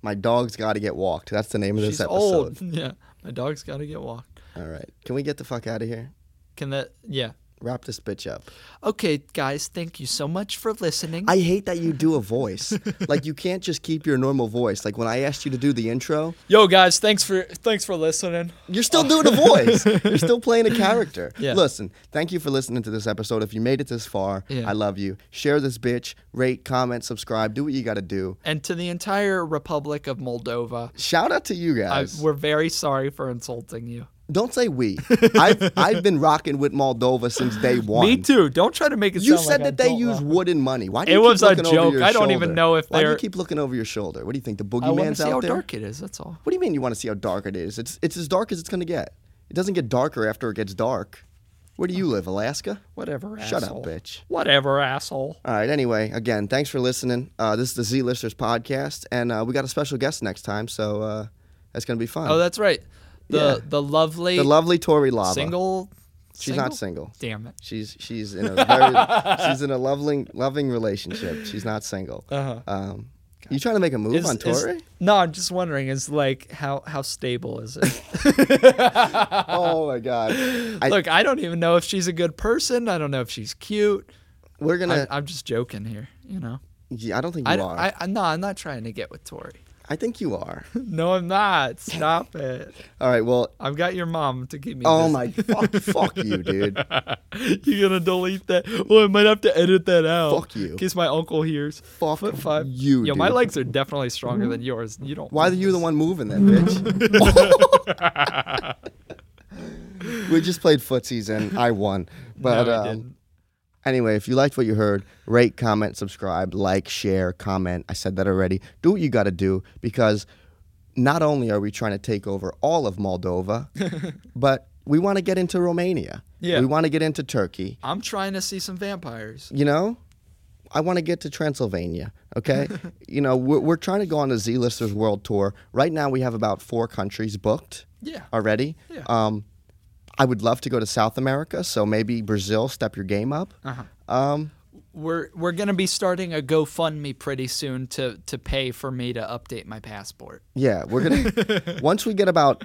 [SPEAKER 2] my dog's got to get walked. That's the name of
[SPEAKER 3] She's
[SPEAKER 2] this episode.
[SPEAKER 3] old. Yeah. My dog's got to get walked.
[SPEAKER 2] All right. Can we get the fuck out of here?
[SPEAKER 3] Can that Yeah.
[SPEAKER 2] Wrap this bitch up.
[SPEAKER 3] Okay, guys, thank you so much for listening.
[SPEAKER 2] I hate that you do a voice. like you can't just keep your normal voice. Like when I asked you to do the intro,
[SPEAKER 3] Yo guys, thanks for thanks for listening.
[SPEAKER 2] You're still doing a voice. You're still playing a character.
[SPEAKER 3] Yeah.
[SPEAKER 2] Listen, thank you for listening to this episode. If you made it this far,
[SPEAKER 3] Yeah.
[SPEAKER 2] I love you. Share this bitch, rate, comment, subscribe, do what you got to do.
[SPEAKER 3] And to the entire Republic of Moldova,
[SPEAKER 2] Shout out to you
[SPEAKER 3] I,
[SPEAKER 2] guys.
[SPEAKER 3] we're very sorry for insulting you.
[SPEAKER 2] Don't say we. I've, I've been rocking with Moldova since day one.
[SPEAKER 3] Me too. Don't try to make it
[SPEAKER 2] You
[SPEAKER 3] sound
[SPEAKER 2] said
[SPEAKER 3] like I
[SPEAKER 2] that they
[SPEAKER 3] don't
[SPEAKER 2] use
[SPEAKER 3] love-
[SPEAKER 2] wooden money. Why do
[SPEAKER 3] It
[SPEAKER 2] you keep
[SPEAKER 3] was a
[SPEAKER 2] looking over
[SPEAKER 3] joke.
[SPEAKER 2] your
[SPEAKER 3] I don't even
[SPEAKER 2] shoulder?
[SPEAKER 3] know if
[SPEAKER 2] Why do you
[SPEAKER 3] they're-
[SPEAKER 2] keep looking over your shoulder? What do you think the
[SPEAKER 3] I want to
[SPEAKER 2] boogeyman's
[SPEAKER 3] see
[SPEAKER 2] out
[SPEAKER 3] how
[SPEAKER 2] there?
[SPEAKER 3] dark it is. That's all.
[SPEAKER 2] What do you mean you want to see how dark it is? It's it's as dark as it's gonna get. It doesn't get darker after it gets dark. Where do you live, Alaska?
[SPEAKER 3] Whatever.
[SPEAKER 2] Shut
[SPEAKER 3] asshole.
[SPEAKER 2] up, bitch.
[SPEAKER 3] Whatever, asshole.
[SPEAKER 2] All right. Anyway, again, thanks for listening. Uh, this is the Z Listers podcast, and uh, we got a special guest next time, so uh, that's gonna be fun.
[SPEAKER 3] Oh, that's right. The
[SPEAKER 2] Yeah.
[SPEAKER 3] the lovely
[SPEAKER 2] the lovely Tori Lava.
[SPEAKER 3] single.
[SPEAKER 2] She's not single.
[SPEAKER 3] Damn it.
[SPEAKER 2] She's she's in a very she's in a loving loving relationship. She's not single.
[SPEAKER 3] Uh-huh.
[SPEAKER 2] Um, you trying to make a move on Tori?
[SPEAKER 3] no, I'm just wondering. Is like how how stable is it?
[SPEAKER 2] oh my God! I,
[SPEAKER 3] Look, I don't even know if she's a good person. I don't know if she's cute.
[SPEAKER 2] we're
[SPEAKER 3] I,
[SPEAKER 2] gonna. I,
[SPEAKER 3] I'm just joking here. You know.
[SPEAKER 2] yeah, I don't think you
[SPEAKER 3] I,
[SPEAKER 2] are.
[SPEAKER 3] I,
[SPEAKER 2] I,
[SPEAKER 3] I no, I'm not trying to get with Tori.
[SPEAKER 2] think you are.
[SPEAKER 3] No, I'm not. Stop it.
[SPEAKER 2] All right. Well.
[SPEAKER 3] I've got your mom to keep me.
[SPEAKER 2] Oh
[SPEAKER 3] busy.
[SPEAKER 2] my fuck! fuck you, dude.
[SPEAKER 3] You're gonna delete that. Well, I might have to edit that out.
[SPEAKER 2] Fuck you.
[SPEAKER 3] In case my uncle hears.
[SPEAKER 2] Fuck
[SPEAKER 3] Foot five.
[SPEAKER 2] you,
[SPEAKER 3] Yo, my
[SPEAKER 2] dude.
[SPEAKER 3] legs are definitely stronger than yours. You don't.
[SPEAKER 2] Why are you the one moving then, bitch? we just played footsies and I won. But
[SPEAKER 3] No, I
[SPEAKER 2] um,
[SPEAKER 3] didn't.
[SPEAKER 2] anyway, if you liked what you heard, rate, comment, subscribe, like, share, comment. I said that already. Do what you got to do because not only are we trying to take over all of Moldova, but we want to get into Romania.
[SPEAKER 3] Yeah.
[SPEAKER 2] We want to get into Turkey.
[SPEAKER 3] I'm trying to see some vampires.
[SPEAKER 2] you know, I want to get to Transylvania. Okay, you know, we're, we're trying to go on a Z Listers World Tour. Right now, we have about four countries booked
[SPEAKER 3] Yeah.
[SPEAKER 2] already.
[SPEAKER 3] Yeah.
[SPEAKER 2] Um, I would love to go to South America, so maybe Brazil. Step your game up.
[SPEAKER 3] Uh-huh.
[SPEAKER 2] Um,
[SPEAKER 3] We're we're gonna be starting a GoFundMe pretty soon to to pay for me to update my passport.
[SPEAKER 2] yeah, we're gonna once we get about.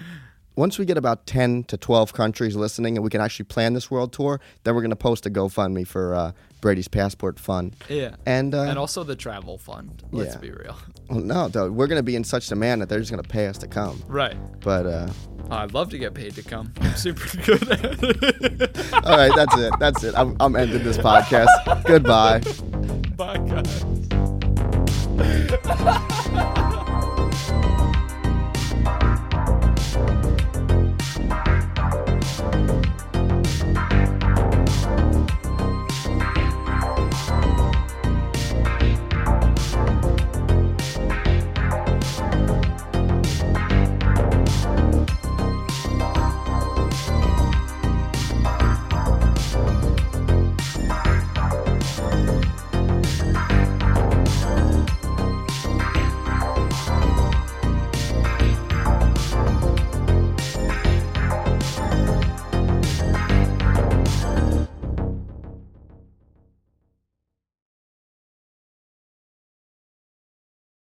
[SPEAKER 2] Once we get about 10 to 12 countries listening and we can actually plan this world tour, then we're going to post a GoFundMe for uh, Brady's Passport Fund.
[SPEAKER 3] Yeah.
[SPEAKER 2] And, uh,
[SPEAKER 3] and also the travel fund. Let's
[SPEAKER 2] yeah.
[SPEAKER 3] be real.
[SPEAKER 2] oh, no, dude, we're going to be in such demand that they're just going to pay us to come.
[SPEAKER 3] Right. Oh,
[SPEAKER 2] But uh,
[SPEAKER 3] I'd love to get paid to come. I'm super good at it.
[SPEAKER 2] All right, that's it. That's it. I'm, I'm ending this podcast. Goodbye.
[SPEAKER 3] Bye, guys.